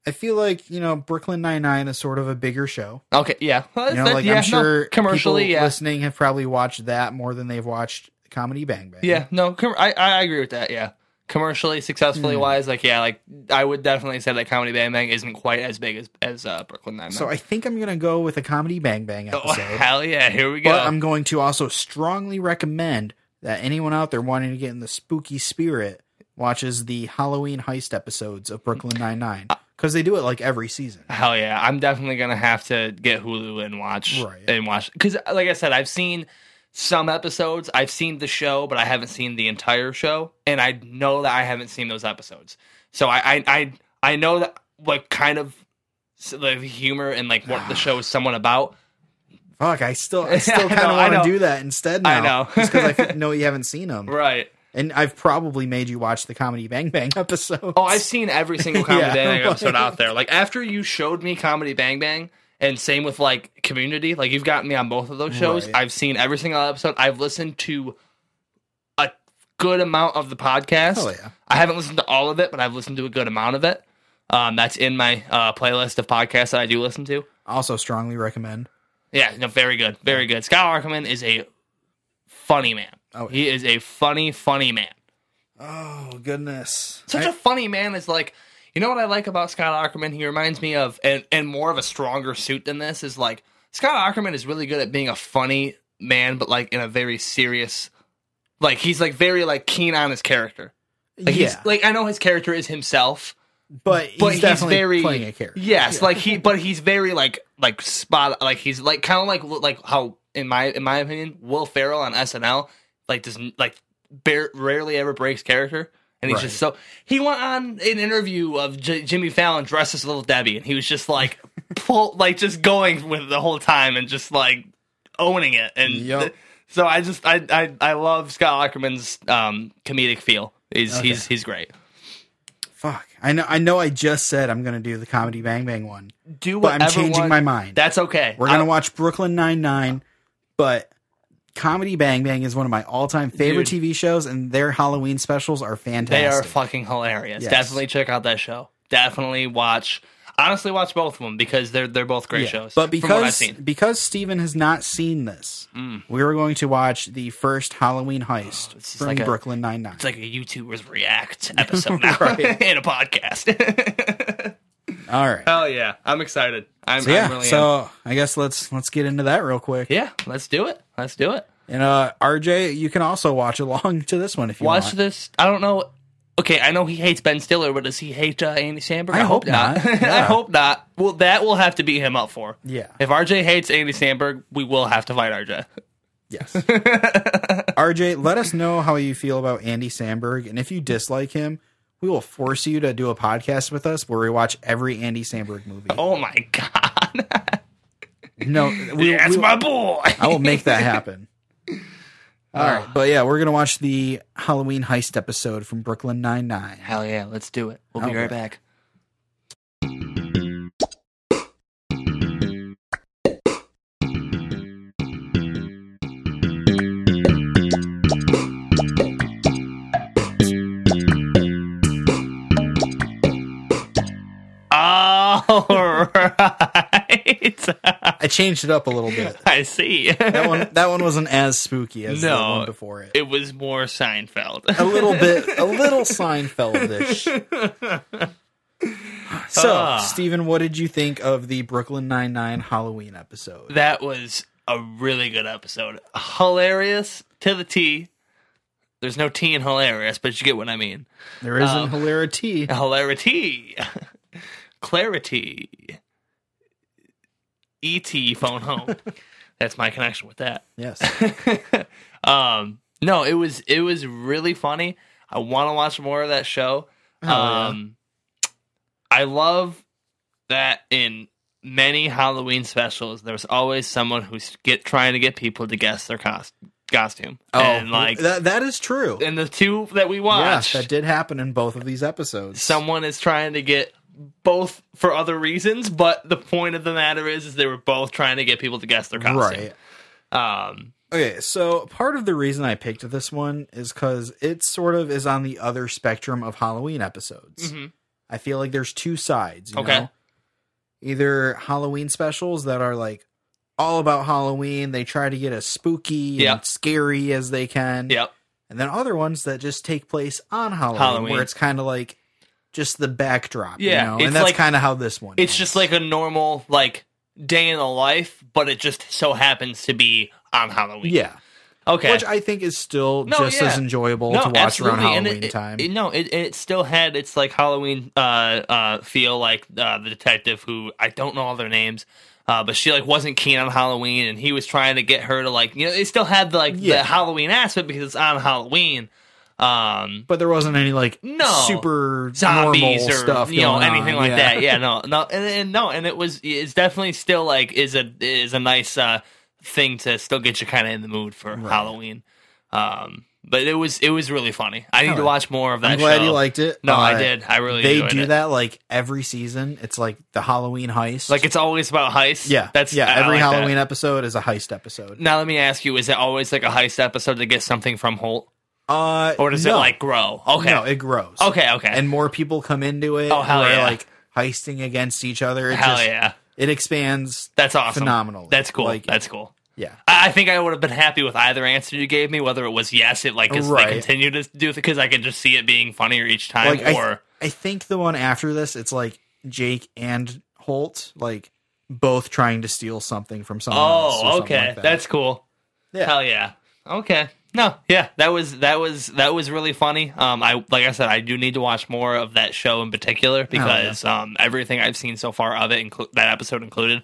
Speaker 2: I feel like you know Brooklyn Nine Nine is sort of a bigger show.
Speaker 1: Okay, yeah. Well,
Speaker 2: You know,
Speaker 1: that-
Speaker 2: like
Speaker 1: yeah, no,
Speaker 2: I'm sure
Speaker 1: commercially,
Speaker 2: people
Speaker 1: yeah.
Speaker 2: listening have probably watched that more than they've watched Comedy Bang Bang.
Speaker 1: Yeah, no, com- I I agree with that. Yeah, commercially successfully
Speaker 2: Hmm.
Speaker 1: wise, like yeah, like I would definitely say that Comedy Bang Bang isn't quite as big as as uh, Brooklyn Nine Nine.
Speaker 2: So I think I'm gonna go with a Comedy Bang Bang
Speaker 1: oh,
Speaker 2: episode.
Speaker 1: hell yeah, here we go.
Speaker 2: but I'm going to also strongly recommend that anyone out there wanting to get in the spooky spirit watches the Halloween heist episodes of Brooklyn Nine Nine
Speaker 1: Uh,
Speaker 2: because they do it like every season.
Speaker 1: Hell yeah, I'm definitely gonna have to get Hulu and watch
Speaker 2: Right.
Speaker 1: and watch because, like I said, I've seen some episodes, I've seen the show, but I haven't seen the entire show, and I know that I haven't seen those episodes. So I I I, I know that like kind of s- the humor and like what the show is somewhat about.
Speaker 2: Fuck, I still, I
Speaker 1: I
Speaker 2: still
Speaker 1: know,
Speaker 2: kind of
Speaker 1: I
Speaker 2: want
Speaker 1: know.
Speaker 2: to do that instead. Now,
Speaker 1: I know.
Speaker 2: because I f- know you haven't seen them,
Speaker 1: Right.
Speaker 2: and I've probably made you watch the Comedy Bang Bang episode.
Speaker 1: Oh, I've seen every single Comedy
Speaker 2: Yeah,
Speaker 1: Bang Bang
Speaker 2: like-
Speaker 1: episode out there. Like after you showed me Comedy Bang Bang, and same with like Community. Like you've gotten me on both of those shows.
Speaker 2: Right.
Speaker 1: I've seen every single episode. I've listened to a good amount of the podcast.
Speaker 2: Hell yeah.
Speaker 1: I haven't listened to all of it, but I've listened to a good amount of it. Um, that's in my uh, playlist of podcasts that I do listen to.
Speaker 2: also strongly recommend.
Speaker 1: Yeah, no, very good, very good. Scott Arkerman is a funny man.
Speaker 2: Oh,
Speaker 1: He is a funny, funny man.
Speaker 2: oh goodness,
Speaker 1: such
Speaker 2: I-
Speaker 1: a funny man is like you know what I like about Scott Ackerman? He reminds me of and, and more of a stronger suit than this is like Scott Ackerman is really good at being a funny man, but like in a very serious like he's like very like keen on his character. Like
Speaker 2: yeah,
Speaker 1: he's like I know his character is himself.
Speaker 2: but he's
Speaker 1: but he's
Speaker 2: definitely
Speaker 1: very-
Speaker 2: playing a character.
Speaker 1: Yes,
Speaker 2: Yeah.
Speaker 1: like he but he's very like like spot like he's like kind of like like how in my in my opinion Will Ferrell on SNL like doesn't like bare, rarely ever breaks character and he's
Speaker 2: Right.
Speaker 1: just so he went on an interview of J- Jimmy Fallon dressed as Little Debbie and he was just like pull like just going with it the whole time and just like owning it and
Speaker 2: Yup.
Speaker 1: th- so I just I I I love Scott Ackerman's um comedic feel. He's he's he's great.
Speaker 2: fuck. I know. I know. I just said I'm gonna do the Comedy Bang Bang one.
Speaker 1: Do
Speaker 2: But I'm
Speaker 1: whatever
Speaker 2: changing
Speaker 1: one-
Speaker 2: my mind.
Speaker 1: That's okay.
Speaker 2: We're
Speaker 1: I-
Speaker 2: gonna watch Brooklyn Nine Nine, but Comedy Bang Bang is one of my all-time favorite
Speaker 1: Dude.
Speaker 2: TV shows, and their Halloween specials are
Speaker 1: They
Speaker 2: fantastic.
Speaker 1: are fucking hilarious.
Speaker 2: Yes.
Speaker 1: Definitely check out that show. Definitely watch. Honestly, watch both of them because they're they're both great
Speaker 2: Yeah.
Speaker 1: shows.
Speaker 2: But
Speaker 1: from what I've
Speaker 2: because
Speaker 1: seen. Mm.
Speaker 2: because Steven has not seen this, we were going to watch the first Halloween heist
Speaker 1: this is
Speaker 2: from
Speaker 1: like a-
Speaker 2: Brooklyn Nine Nine.
Speaker 1: it's like a YouTuber's react episode now
Speaker 2: Right.
Speaker 1: in a podcast.
Speaker 2: all right.
Speaker 1: Hell yeah, I'm excited. I'm,
Speaker 2: So yeah,
Speaker 1: I'm really in.
Speaker 2: so I guess let's let's get into that real quick.
Speaker 1: yeah. Let's do it. Let's do it.
Speaker 2: And uh, RJ, you can also watch along to this one if you
Speaker 1: Watch
Speaker 2: want.
Speaker 1: this. I don't know. Okay, I know he hates Ben Stiller, but does he hate uh, Andy Samberg?
Speaker 2: I hope not.
Speaker 1: I
Speaker 2: Yeah.
Speaker 1: hope not. Well, that will have to beat him up for.
Speaker 2: Yeah.
Speaker 1: If RJ hates Andy Samberg, we will have to fight RJ.
Speaker 2: Yes. RJ, let us know how you feel about Andy Sandberg, and if you dislike him, we will force you to do a podcast with us where we watch every Andy Sandberg movie.
Speaker 1: Oh my god.
Speaker 2: No, we,
Speaker 1: That's
Speaker 2: we-
Speaker 1: my boy.
Speaker 2: I will make that happen. All right, but yeah, we're gonna watch the Halloween heist episode from Brooklyn Nine Nine.
Speaker 1: Hell yeah, let's do it. We'll be
Speaker 2: Okay.
Speaker 1: right back. All right.
Speaker 2: I changed it up a little bit.
Speaker 1: I see.
Speaker 2: That one, that one wasn't as spooky as the
Speaker 1: No.
Speaker 2: one before it.
Speaker 1: It was more Seinfeld.
Speaker 2: A little bit, a little Seinfeldish. So,
Speaker 1: Ah.
Speaker 2: Steven, what did you think of the Brooklyn Nine Nine Halloween episode?
Speaker 1: that was a really good episode. Hilarious to the T. There's no T in hilarious, but you get what I mean.
Speaker 2: There isn't
Speaker 1: Um,
Speaker 2: hilarity.
Speaker 1: Hilarity. Clarity. E.T. phone home. That's my connection with that.
Speaker 2: Yes,
Speaker 1: um, no, it was it was really funny. I want to watch more of that show.
Speaker 2: yeah.
Speaker 1: um, I love that in many Halloween specials, there's always someone who's get trying to get people to guess their cost, costume. and like
Speaker 2: Oh, that, that is true.
Speaker 1: and the two that we watched,
Speaker 2: Yes, that did happen in both of these episodes.
Speaker 1: someone is trying to get both for other reasons. But the point of the matter is, is they were both trying to get people to guess their costume.
Speaker 2: right.
Speaker 1: Um,
Speaker 2: Okay, so part of the reason I picked this one is because it sort of is on the other spectrum of Halloween episodes.
Speaker 1: Mhm.
Speaker 2: I feel like there's two sides. You
Speaker 1: Okay.
Speaker 2: Know? Either Halloween specials that are like all about Halloween, they try to get as spooky
Speaker 1: Yeah.
Speaker 2: and scary as they can.
Speaker 1: Yep.
Speaker 2: And then other ones that just take place on Halloween,
Speaker 1: Halloween.
Speaker 2: where it's kind of like just the backdrop.
Speaker 1: Yeah,
Speaker 2: You know?
Speaker 1: it's
Speaker 2: And that's
Speaker 1: like-
Speaker 2: kind of how this one
Speaker 1: It's
Speaker 2: is.
Speaker 1: just like a normal like day in the life, but it just so happens to be on Halloween.
Speaker 2: Yeah.
Speaker 1: Okay.
Speaker 2: Which I think is still
Speaker 1: No,
Speaker 2: just
Speaker 1: yeah.
Speaker 2: as enjoyable to watch around
Speaker 1: and
Speaker 2: Halloween
Speaker 1: it- it-
Speaker 2: time.
Speaker 1: it- no, it, it still had its like Halloween uh, uh, feel, like uh, the detective who I don't know all their names, uh, but she like wasn't keen on Halloween, and he was trying to get her to like you know it still had like the
Speaker 2: Yeah.
Speaker 1: Halloween aspect because it's on Halloween. Um,
Speaker 2: but there wasn't any like
Speaker 1: No.
Speaker 2: super
Speaker 1: zombies
Speaker 2: normal
Speaker 1: or
Speaker 2: stuff
Speaker 1: you know
Speaker 2: going
Speaker 1: anything
Speaker 2: on.
Speaker 1: like
Speaker 2: yeah.
Speaker 1: that. Yeah, no, no, and, and no, and it was it's definitely still like is a is a nice uh, thing to still get you kind of in the mood for Halloween. Um, but it was it was really funny. I need to
Speaker 2: Alright.
Speaker 1: watch more of that.
Speaker 2: I'm glad
Speaker 1: show.
Speaker 2: you liked it.
Speaker 1: No, I
Speaker 2: Uh,
Speaker 1: did. I really
Speaker 2: They
Speaker 1: enjoyed
Speaker 2: do
Speaker 1: it.
Speaker 2: that like every season. It's like the Halloween heist.
Speaker 1: Like it's always about heists.
Speaker 2: yeah,
Speaker 1: that's
Speaker 2: yeah.
Speaker 1: I- I
Speaker 2: Every
Speaker 1: like that.
Speaker 2: Halloween episode is a heist episode.
Speaker 1: Now let me ask you: Is it always like a heist episode to get something from Holt,
Speaker 2: Uh,
Speaker 1: or does it
Speaker 2: no.
Speaker 1: like grow? Okay,
Speaker 2: No, it grows.
Speaker 1: okay, okay.
Speaker 2: and more people come into it.
Speaker 1: Oh, hell
Speaker 2: who are,
Speaker 1: yeah.
Speaker 2: Like heisting against each other. It
Speaker 1: Hell
Speaker 2: just,
Speaker 1: yeah,
Speaker 2: It expands.
Speaker 1: that's awesome.
Speaker 2: phenomenally.
Speaker 1: That's cool.
Speaker 2: Like-
Speaker 1: that's cool.
Speaker 2: Yeah,
Speaker 1: I I think I would have been happy with either answer you gave me, whether it was yes, it like is
Speaker 2: Right.
Speaker 1: they continue to do because I could just see it being funnier each time,
Speaker 2: like I,
Speaker 1: or
Speaker 2: I think the one after this, it's like Jake and Holt, like both trying to steal something from someone. else
Speaker 1: oh,
Speaker 2: or something
Speaker 1: okay,
Speaker 2: like that.
Speaker 1: that's cool.
Speaker 2: Yeah.
Speaker 1: Hell yeah. Okay. No, yeah, that was that was that was really funny. Um, I like I said, I do need to watch more of that show in
Speaker 2: Oh,
Speaker 1: particular because um, everything I've seen so far of it, inclu- that episode included,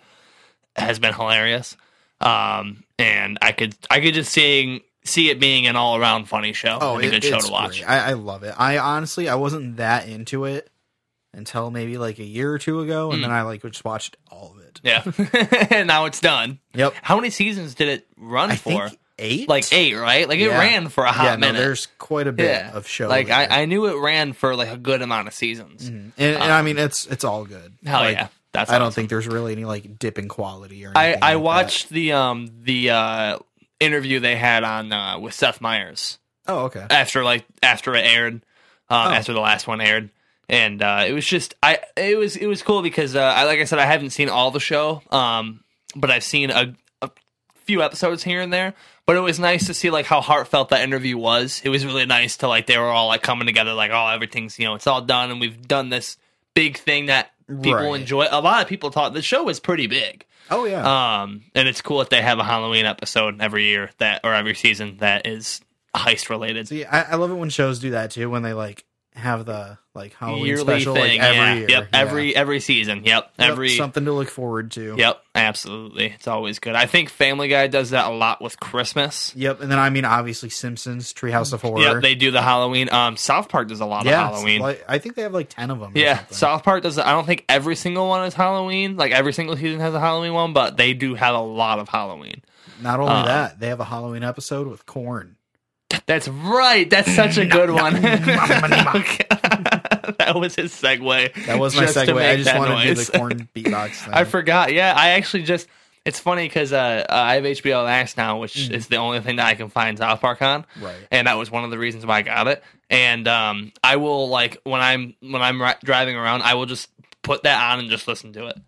Speaker 1: has been hilarious. Um, and I could I could just seeing see it being an all around funny show
Speaker 2: oh,
Speaker 1: and a
Speaker 2: it-
Speaker 1: good show
Speaker 2: it's
Speaker 1: to watch.
Speaker 2: great. I, I love it. I honestly, I wasn't that into it until maybe like a year or two ago,
Speaker 1: Hmm.
Speaker 2: and then I like just watched all of it.
Speaker 1: Yeah, and now it's done.
Speaker 2: Yep,
Speaker 1: How many seasons did it run
Speaker 2: I
Speaker 1: for?
Speaker 2: think eight,
Speaker 1: Like eight, right? Like it
Speaker 2: Yeah.
Speaker 1: ran for a hot
Speaker 2: yeah, no,
Speaker 1: minute.
Speaker 2: there's quite a bit
Speaker 1: yeah,
Speaker 2: of show.
Speaker 1: Like
Speaker 2: there.
Speaker 1: I, I knew it ran for like a good amount of seasons.
Speaker 2: Mhm. and, and I mean it's it's all good.
Speaker 1: Um, Hell
Speaker 2: Like,
Speaker 1: yeah, that's.
Speaker 2: I don't
Speaker 1: awesome.
Speaker 2: think there's really any like dip in quality or.
Speaker 1: I
Speaker 2: anything
Speaker 1: I
Speaker 2: like
Speaker 1: watched the um the uh interview they had on uh with Seth Meyers
Speaker 2: that. Oh, okay.
Speaker 1: after like after it aired, uh,
Speaker 2: Oh.
Speaker 1: after the last one aired. And uh, it was just I it was it was cool because uh, I like I said I haven't seen all the show, um, but I've seen a, a few episodes here and there. But it was nice to see like how heartfelt that interview was. It was really nice to like they were all like coming together like oh everything's you know it's all done and we've done this big thing that people
Speaker 2: Right.
Speaker 1: enjoy. A lot of people thought the show was pretty big.
Speaker 2: Oh yeah.
Speaker 1: Um, and it's cool that they have a Halloween episode every year that or every season that is heist related.
Speaker 2: See, I, I love it when shows do that too. When they like have the like Halloween
Speaker 1: yearly
Speaker 2: special
Speaker 1: thing.
Speaker 2: like every
Speaker 1: yeah.
Speaker 2: year.
Speaker 1: Yep.
Speaker 2: Yeah.
Speaker 1: Every every season. Yep.
Speaker 2: Yep,
Speaker 1: Every.
Speaker 2: something to look forward to.
Speaker 1: Yep. Absolutely. It's always good. I think Family Guy does that a lot with Christmas.
Speaker 2: Yep. And then I mean, obviously Simpsons, Treehouse of Horror.
Speaker 1: Yep. They do the Halloween. Um, South Park does a lot
Speaker 2: yeah,
Speaker 1: of Halloween.
Speaker 2: like- I think they have like ten of them. or
Speaker 1: yeah.
Speaker 2: something.
Speaker 1: South Park does. I don't think every single one is Halloween. Like every single season has a Halloween one, but they do have a lot of Halloween.
Speaker 2: Not only
Speaker 1: Uh,
Speaker 2: that, they have a Halloween episode with corn.
Speaker 1: That's right. That's such a good one.
Speaker 2: That
Speaker 1: that was his segue.
Speaker 2: That was my
Speaker 1: just to
Speaker 2: segue. I
Speaker 1: make
Speaker 2: just
Speaker 1: that
Speaker 2: wanted to do
Speaker 1: noise.
Speaker 2: the corn beatbox thing.
Speaker 1: I forgot. Yeah, I actually just. It's funny because uh, I have HBO Max now, which is the only thing that I can find South Park on,
Speaker 2: Mm-hmm. Right.
Speaker 1: and that was one of the reasons why I got it. And um, I will like when I'm when I'm ri- driving around, I will just put that on and just listen to it.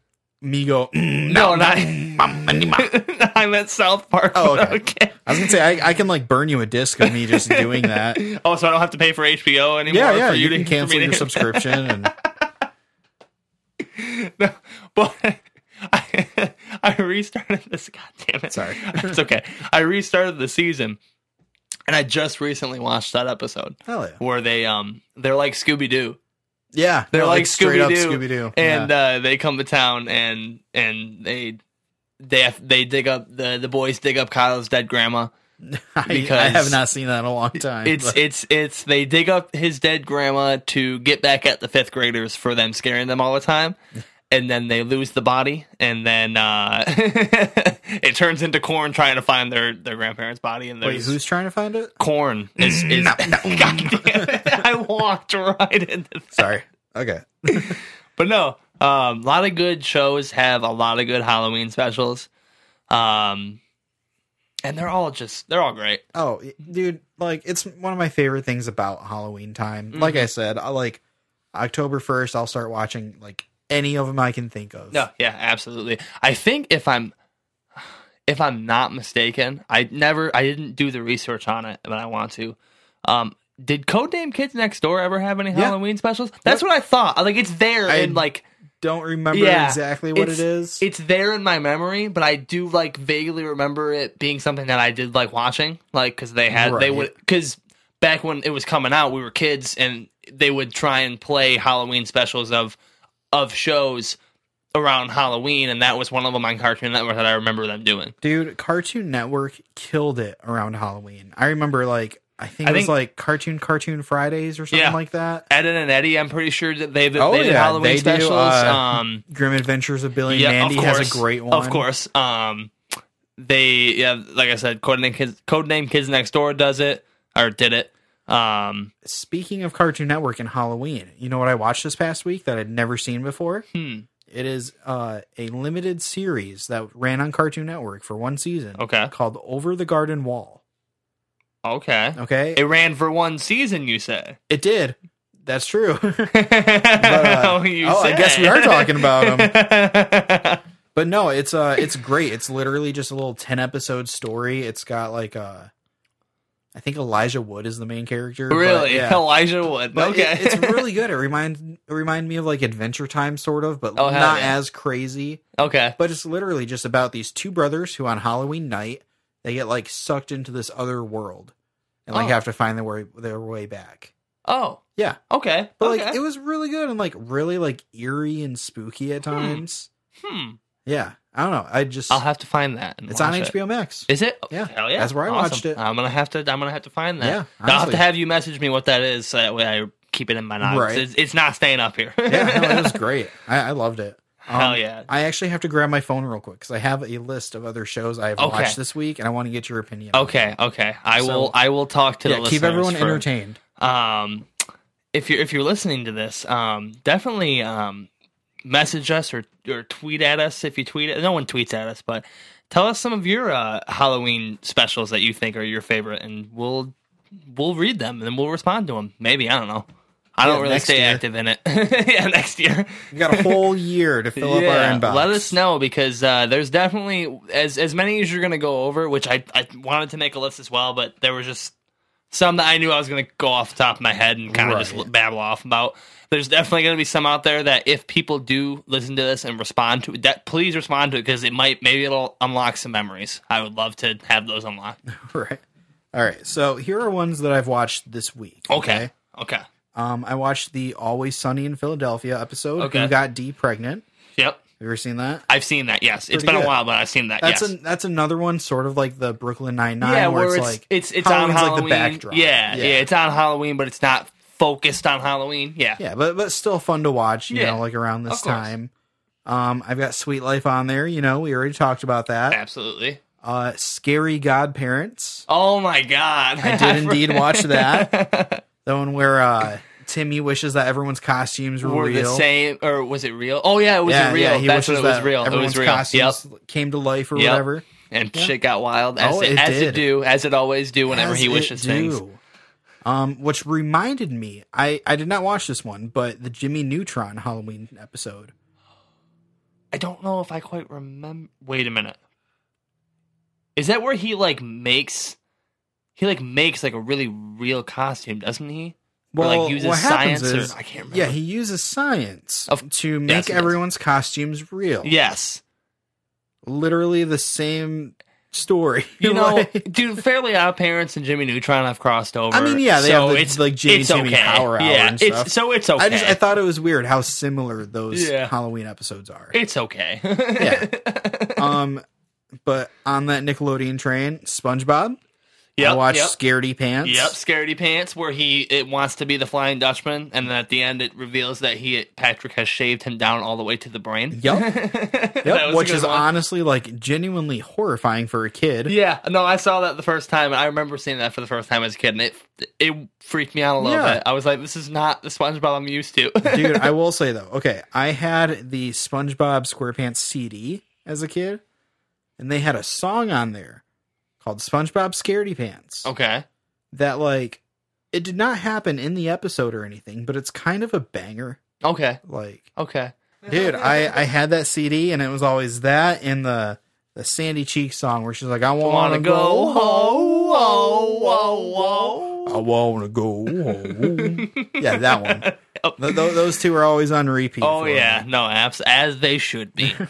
Speaker 2: Me go.
Speaker 1: No,
Speaker 2: No,
Speaker 1: not-
Speaker 2: I
Speaker 1: I meant South Park.
Speaker 2: Oh,
Speaker 1: but
Speaker 2: okay. was gonna say I, I can like burn you a disc of me just doing that.
Speaker 1: okay. Oh, so I don't have to pay for HBO anymore.
Speaker 2: Yeah, yeah.
Speaker 1: for
Speaker 2: You
Speaker 1: to-
Speaker 2: can
Speaker 1: for
Speaker 2: cancel
Speaker 1: me
Speaker 2: your
Speaker 1: to-
Speaker 2: subscription, and
Speaker 1: No, but I, I restarted this. God damn it!
Speaker 2: Sorry.
Speaker 1: it's okay. I restarted the season, and I just recently watched that episode
Speaker 2: hell yeah,
Speaker 1: where they um they're like Scooby Doo,
Speaker 2: yeah.
Speaker 1: They're
Speaker 2: no,
Speaker 1: like
Speaker 2: straight up
Speaker 1: Scooby-Doo
Speaker 2: Scooby Doo,
Speaker 1: and uh, they come to town and and they they have, they dig up the the boys dig up Kyle's dead grandma.
Speaker 2: I, I
Speaker 1: because
Speaker 2: have not seen that in a long time.
Speaker 1: It's
Speaker 2: but-
Speaker 1: it's it's they dig up his dead grandma to get back at the fifth graders for them scaring them all the time. And then they lose the body, and then uh, it turns into corn trying to find their, their grandparents' body. And
Speaker 2: wait,
Speaker 1: there's
Speaker 2: who's trying to find it?
Speaker 1: corn is is.
Speaker 2: No,
Speaker 1: God damn it! I walked right into that.
Speaker 2: Sorry. Okay.
Speaker 1: But no, um, a lot of good shows have a lot of good Halloween specials, um, and they're all just they're all great.
Speaker 2: Oh, y- dude, like it's one of my favorite things about Halloween time.
Speaker 1: Mm-hmm.
Speaker 2: Like I said, I like October 1st, I'll start watching like any of them I can think of.
Speaker 1: No, yeah, absolutely. I think if I'm if I'm not mistaken, I never I didn't do the research on it, but I want to. Um did Codename Kids Next Door ever have any
Speaker 2: Yeah.
Speaker 1: Halloween specials? That's what I thought. I- Like it's there
Speaker 2: I-
Speaker 1: in like
Speaker 2: Don't remember
Speaker 1: Yeah,
Speaker 2: exactly what it
Speaker 1: it's-
Speaker 2: is.
Speaker 1: it's there in my memory, but I do like vaguely remember it being something that I did like watching, like because they had they
Speaker 2: Right.
Speaker 1: would because back when it was coming out, we were kids and they would try and play Halloween specials of of shows around Halloween, and that was one of them on Cartoon Network that I remember them doing.
Speaker 2: dude, Cartoon Network killed it around Halloween. I remember like I think
Speaker 1: I
Speaker 2: it was
Speaker 1: think-
Speaker 2: like Cartoon Cartoon Fridays or something
Speaker 1: Yeah.
Speaker 2: like that.
Speaker 1: Ed and Eddie, I'm pretty sure that they,
Speaker 2: Oh,
Speaker 1: they did
Speaker 2: yeah,
Speaker 1: Halloween
Speaker 2: they do,
Speaker 1: specials.
Speaker 2: uh,
Speaker 1: um,
Speaker 2: Grim Adventures of Billy
Speaker 1: yeah,
Speaker 2: and Mandy
Speaker 1: of course,
Speaker 2: has a great one.
Speaker 1: Of course. Um, they yeah, like I said, Codename Kids, Codename Kids Next Door does it or did it. Um,
Speaker 2: Speaking of Cartoon Network and Halloween, you know what I watched this past week that I'd never seen before?
Speaker 1: hmm.
Speaker 2: It is uh, a limited series that ran on Cartoon Network for one season.
Speaker 1: Okay.
Speaker 2: Called Over the Garden Wall.
Speaker 1: Okay.
Speaker 2: Okay.
Speaker 1: It ran for one season, you say.
Speaker 2: It did. That's true. uh,
Speaker 1: oh,
Speaker 2: oh, I guess we are talking about
Speaker 1: them.
Speaker 2: but no, it's uh, it's great. It's literally just a little ten episode story. It's got like uh, I think Elijah Wood is the main character. but
Speaker 1: really?
Speaker 2: yeah.
Speaker 1: Elijah Wood.
Speaker 2: But
Speaker 1: okay.
Speaker 2: it- it's really good. It reminds it remind me of like Adventure Time, sort of, but
Speaker 1: Oh, hell
Speaker 2: not
Speaker 1: yeah.
Speaker 2: as crazy.
Speaker 1: okay.
Speaker 2: But it's literally just about these two brothers who on Halloween night they get like sucked into this other world and like
Speaker 1: Oh.
Speaker 2: have to find their way their way back.
Speaker 1: Oh.
Speaker 2: Yeah.
Speaker 1: Okay.
Speaker 2: But
Speaker 1: okay.
Speaker 2: like it was really good and like really like eerie and spooky at times.
Speaker 1: hmm.
Speaker 2: Yeah. I don't know. I just
Speaker 1: I'll have to find that. and
Speaker 2: it's on
Speaker 1: watch it.
Speaker 2: HBO Max.
Speaker 1: Is it?
Speaker 2: Yeah,
Speaker 1: Hell yeah.
Speaker 2: that's where I
Speaker 1: Awesome.
Speaker 2: watched it.
Speaker 1: I'm gonna have to. I'm gonna have to find that.
Speaker 2: Yeah,
Speaker 1: I'll have
Speaker 2: honestly.
Speaker 1: to have you message me what that is, so that way I keep it in my notes.
Speaker 2: Right.
Speaker 1: It's, it's not staying up here.
Speaker 2: yeah, no, it was great. I, I loved it. Um,
Speaker 1: Hell yeah.
Speaker 2: I actually have to grab my phone real quick because I have a list of other shows I've
Speaker 1: Okay.
Speaker 2: watched this week and I want to get your opinion. on
Speaker 1: Okay. Okay. I
Speaker 2: So-
Speaker 1: will. I will talk to
Speaker 2: it.
Speaker 1: the
Speaker 2: Yeah,
Speaker 1: listeners.
Speaker 2: keep everyone
Speaker 1: for-
Speaker 2: entertained.
Speaker 1: um, if you're if you're listening to this, um, definitely um, message us or or tweet at us if you tweet. At, no one tweets at us, but tell us some of your uh, Halloween specials that you think are your favorite, and we'll we'll read them and we'll respond to them. Maybe I don't know. I don't
Speaker 2: Yeah,
Speaker 1: really
Speaker 2: next
Speaker 1: stay
Speaker 2: year.
Speaker 1: active in it. yeah, next year.
Speaker 2: We've got a whole year to fill
Speaker 1: Yeah,
Speaker 2: up our inbox.
Speaker 1: let us know because uh, there's definitely as as many as you're gonna go over. Which I I wanted to make a list as well, but there was just some that I knew I was gonna go off the top of my head and kind of just l-
Speaker 2: Right.
Speaker 1: babble off about. There's definitely gonna be some out there that if people do listen to this and respond to it, that please respond to it because it might maybe it'll unlock some memories. I would love to have those unlocked.
Speaker 2: Right. All right. So here are ones that I've watched this week.
Speaker 1: Okay. Okay.
Speaker 2: Um, I watched the Always Sunny in Philadelphia episode.
Speaker 1: Okay.
Speaker 2: Who got D pregnant?
Speaker 1: Yep.
Speaker 2: Have you ever seen that?
Speaker 1: I've seen that. Yes, it's
Speaker 2: Pretty
Speaker 1: been
Speaker 2: good.
Speaker 1: a while, but I've seen that.
Speaker 2: That's
Speaker 1: yes.
Speaker 2: an, that's another one, sort of like the Brooklyn Nine Nine,
Speaker 1: yeah,
Speaker 2: where, it's, like
Speaker 1: it's it's
Speaker 2: Halloween's
Speaker 1: on Halloween.
Speaker 2: like the backdrop.
Speaker 1: Yeah, yeah,
Speaker 2: yeah,
Speaker 1: it's on Halloween, but it's not focused on Halloween. Yeah,
Speaker 2: Yeah, but but still fun to watch. You
Speaker 1: Yeah,
Speaker 2: know, like around
Speaker 1: of
Speaker 2: this
Speaker 1: course.
Speaker 2: time. Um, I've got Sweet Life on there. You know, we already talked about that.
Speaker 1: absolutely.
Speaker 2: Uh, Scary Godparents.
Speaker 1: Oh my god!
Speaker 2: I did indeed watch that. The one where uh, Timmy wishes that everyone's costumes were,
Speaker 1: Were
Speaker 2: real.
Speaker 1: the same, or was it real? Oh yeah, it was
Speaker 2: yeah,
Speaker 1: real.
Speaker 2: yeah, he
Speaker 1: That's
Speaker 2: wishes
Speaker 1: what it was
Speaker 2: that
Speaker 1: real. It
Speaker 2: everyone's
Speaker 1: was real. Yep.
Speaker 2: costumes came to life or
Speaker 1: Yep.
Speaker 2: whatever.
Speaker 1: And shit got wild as
Speaker 2: Oh,
Speaker 1: it,
Speaker 2: it
Speaker 1: as
Speaker 2: did.
Speaker 1: it do, as it always do whenever
Speaker 2: As
Speaker 1: he
Speaker 2: it
Speaker 1: wishes
Speaker 2: do.
Speaker 1: things.
Speaker 2: Um, which reminded me, I I did not watch this one, but the Jimmy Neutron Halloween episode.
Speaker 1: I don't know if I quite remember. Wait a minute. Is that where he like makes he like makes like a really real costume, doesn't he? Or, like, uses science or- I can't remember.
Speaker 2: yeah, he uses science
Speaker 1: Of-
Speaker 2: to
Speaker 1: he
Speaker 2: make
Speaker 1: does.
Speaker 2: everyone's costumes real.
Speaker 1: Yes.
Speaker 2: literally the same story.
Speaker 1: You know,
Speaker 2: Like-
Speaker 1: dude, Fairly Odd Parents and Jimmy Neutron have crossed over.
Speaker 2: I mean, yeah, they
Speaker 1: so
Speaker 2: have the,
Speaker 1: it's
Speaker 2: like Jimmy
Speaker 1: it's
Speaker 2: Jimmy
Speaker 1: okay.
Speaker 2: Power Hour
Speaker 1: yeah,
Speaker 2: and
Speaker 1: it's
Speaker 2: stuff.
Speaker 1: so it's okay.
Speaker 2: I just I thought it was weird how similar those
Speaker 1: Yeah.
Speaker 2: Halloween episodes are.
Speaker 1: it's okay.
Speaker 2: um, but on that Nickelodeon train, SpongeBob.
Speaker 1: Yep,
Speaker 2: I watched
Speaker 1: yep.
Speaker 2: Scaredy Pants.
Speaker 1: Yep, Scaredy Pants, where he it wants to be the Flying Dutchman, and then at the end it reveals that he Patrick has shaved him down all the way to the brain.
Speaker 2: Yep.
Speaker 1: That was
Speaker 2: Yep.
Speaker 1: a
Speaker 2: Which
Speaker 1: good
Speaker 2: is
Speaker 1: one.
Speaker 2: honestly like genuinely horrifying for a kid.
Speaker 1: Yeah, no, I saw that the first time, and I remember seeing that for the first time as a kid, and it it freaked me out a little
Speaker 2: Yeah.
Speaker 1: bit. I was like, "This is not the SpongeBob I'm used to."
Speaker 2: Dude, I will say though, okay, I had the SpongeBob SquarePants CD as a kid, and they had a song on there called SpongeBob Scaredy Pants.
Speaker 1: okay,
Speaker 2: that like it did not happen in the episode or anything, but it's kind of a banger.
Speaker 1: okay,
Speaker 2: Like,
Speaker 1: okay.
Speaker 2: dude, I I had that CD and it was always that and the the Sandy Cheek song where she's like, I wanna,
Speaker 1: Wanna
Speaker 2: go,
Speaker 1: go
Speaker 2: home,
Speaker 1: home, home,
Speaker 2: I wanna go home. yeah, that one.
Speaker 1: Yep.
Speaker 2: Th- th- those two are always on repeat.
Speaker 1: Oh
Speaker 2: for me.
Speaker 1: yeah, no, apps as they should be.
Speaker 2: But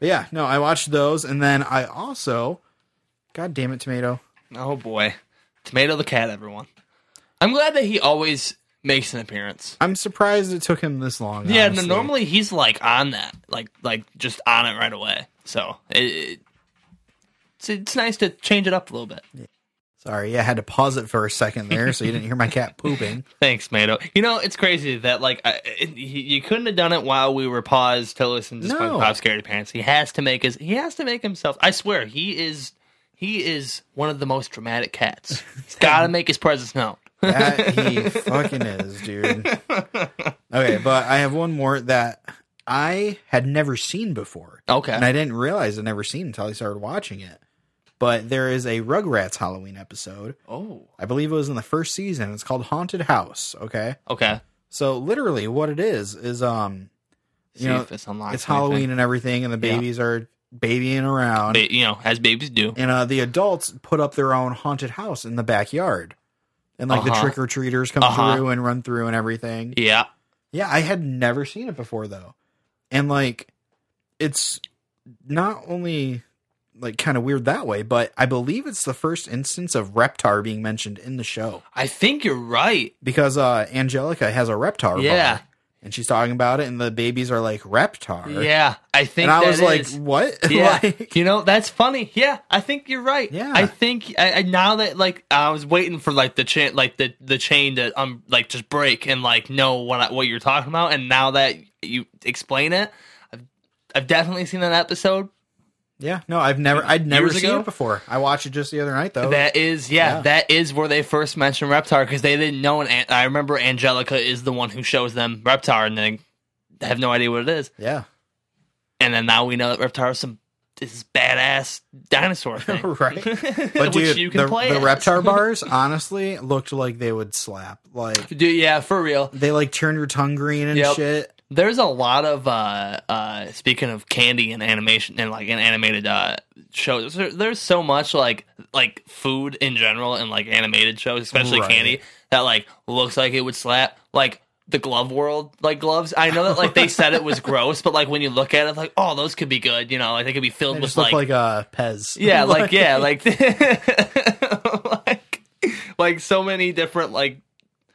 Speaker 2: yeah, no, I watched those and then I also, God damn it, tomato.
Speaker 1: oh boy, Tomato the cat, everyone. I'm glad that he always makes an appearance.
Speaker 2: I'm surprised it took him this long.
Speaker 1: Yeah, no,
Speaker 2: honestly.
Speaker 1: normally he's like on that, like like just on it right away. So it, it- it's it's nice to change it up a little bit.
Speaker 2: Sorry, I had to pause it for a second there so you didn't hear my cat pooping.
Speaker 1: Thanks, Mato. You know, it's crazy that like I, it, you you couldn't have done it while we were paused to listen to
Speaker 2: No.
Speaker 1: SpongeBob Scaredy Pants. He has to make his he has to make himself. I swear, he is he is one of the most dramatic cats. He's got to make his presence known.
Speaker 2: That he fucking is, dude. Okay, but I have one more that I had never seen before.
Speaker 1: Okay.
Speaker 2: And I didn't realize I'd never seen until I started watching it. But there is a Rugrats Halloween episode.
Speaker 1: oh,
Speaker 2: I believe it was in the first season. It's called Haunted House, okay?
Speaker 1: okay.
Speaker 2: So literally what it is is um
Speaker 1: See
Speaker 2: You know,
Speaker 1: if this unlocks.
Speaker 2: it's
Speaker 1: anything.
Speaker 2: Halloween and everything and the
Speaker 1: Yeah.
Speaker 2: babies are babying around.
Speaker 1: Ba- you know, as babies do.
Speaker 2: and uh, the adults put up their own haunted house in the backyard, and like
Speaker 1: Uh-huh.
Speaker 2: the trick or treaters come
Speaker 1: Uh-huh.
Speaker 2: through and run through and everything.
Speaker 1: Yeah.
Speaker 2: Yeah, I had never seen it before though, and like it's not only like kind of weird that way, but I believe it's the first instance of Reptar being mentioned in the show
Speaker 1: I think you're right.
Speaker 2: because uh, Angelica has a Reptar,
Speaker 1: Yeah.
Speaker 2: bar, and she's talking about it, and the babies are like Reptar,
Speaker 1: Yeah, I think
Speaker 2: and I
Speaker 1: that
Speaker 2: was like,
Speaker 1: is-
Speaker 2: what?
Speaker 1: yeah,
Speaker 2: Like-
Speaker 1: you know that's funny. Yeah, I think you're right.
Speaker 2: Yeah.
Speaker 1: I think I, I now that like I was waiting for like the chain, like the the chain to um like just break and like know what I, what you're talking about, and now that you explain it, I've I've definitely seen that episode.
Speaker 2: Yeah, no, I've never, I'd never
Speaker 1: Years
Speaker 2: seen
Speaker 1: ago?
Speaker 2: it before. I watched it just the other night though.
Speaker 1: That is, yeah,
Speaker 2: Oh, Yeah.
Speaker 1: that is where they first mentioned Reptar because they didn't know. And An- I remember Angelica is the one who shows them Reptar, and they have no idea what it is.
Speaker 2: yeah,
Speaker 1: And then now we know that Reptar is some this is badass dinosaur thing.
Speaker 2: right. But
Speaker 1: Which
Speaker 2: dude,
Speaker 1: you can
Speaker 2: the,
Speaker 1: play
Speaker 2: the
Speaker 1: as.
Speaker 2: Reptar bars honestly looked like they would slap. Like
Speaker 1: Dude, yeah, for real.
Speaker 2: they like turn your tongue green and
Speaker 1: Yep.
Speaker 2: shit.
Speaker 1: There's a lot of uh uh speaking of candy and animation and like in animated uh shows. there- There's so much like like food in general and like animated shows, especially
Speaker 2: Right.
Speaker 1: candy that like looks like it would slap like the glove world like gloves. I know that like they said it was gross, but like when you look at it like oh, those could be good, you know, like they could be filled
Speaker 2: They
Speaker 1: with
Speaker 2: just
Speaker 1: like,
Speaker 2: look like uh, Pez.
Speaker 1: yeah, like yeah, like like like so many different like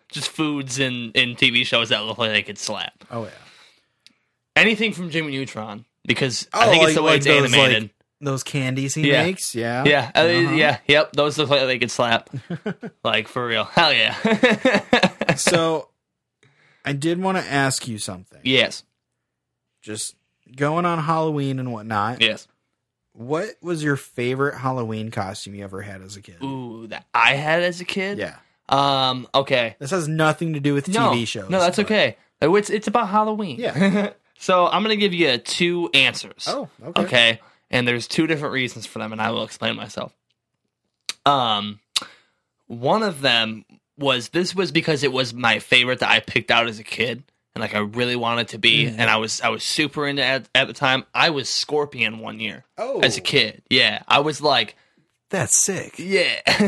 Speaker 1: just foods in in TV shows that look like they could slap.
Speaker 2: oh yeah.
Speaker 1: anything from Jimmy Neutron because I
Speaker 2: Oh,
Speaker 1: think it's
Speaker 2: like-
Speaker 1: the way
Speaker 2: like
Speaker 1: it's
Speaker 2: those, like,
Speaker 1: animated.
Speaker 2: Those candies he
Speaker 1: Yeah.
Speaker 2: makes. Yeah.
Speaker 1: yeah, uh,
Speaker 2: Uh-huh.
Speaker 1: yeah, yep. Those look like they could slap, like for real. Hell yeah.
Speaker 2: so I did want to ask you something.
Speaker 1: yes,
Speaker 2: Just going on Halloween and whatnot.
Speaker 1: yes.
Speaker 2: What was your favorite Halloween costume you ever had as a kid?
Speaker 1: Ooh, that I had as a kid.
Speaker 2: Yeah.
Speaker 1: Um. Okay.
Speaker 2: This has nothing to do with
Speaker 1: no,
Speaker 2: TV shows.
Speaker 1: No, that's
Speaker 2: but-
Speaker 1: okay. Oh, It's it's about Halloween.
Speaker 2: Yeah.
Speaker 1: so I'm gonna give you two answers.
Speaker 2: Oh, okay.
Speaker 1: Okay. And there's two different reasons for them, and I will explain myself. Um, one of them was this was because it was my favorite that I picked out as a kid, and like I really wanted to be, and I was I was super into it at, at the time. I was Scorpion one year
Speaker 2: Oh,
Speaker 1: as a kid. Yeah, I was like
Speaker 2: That's sick.
Speaker 1: yeah.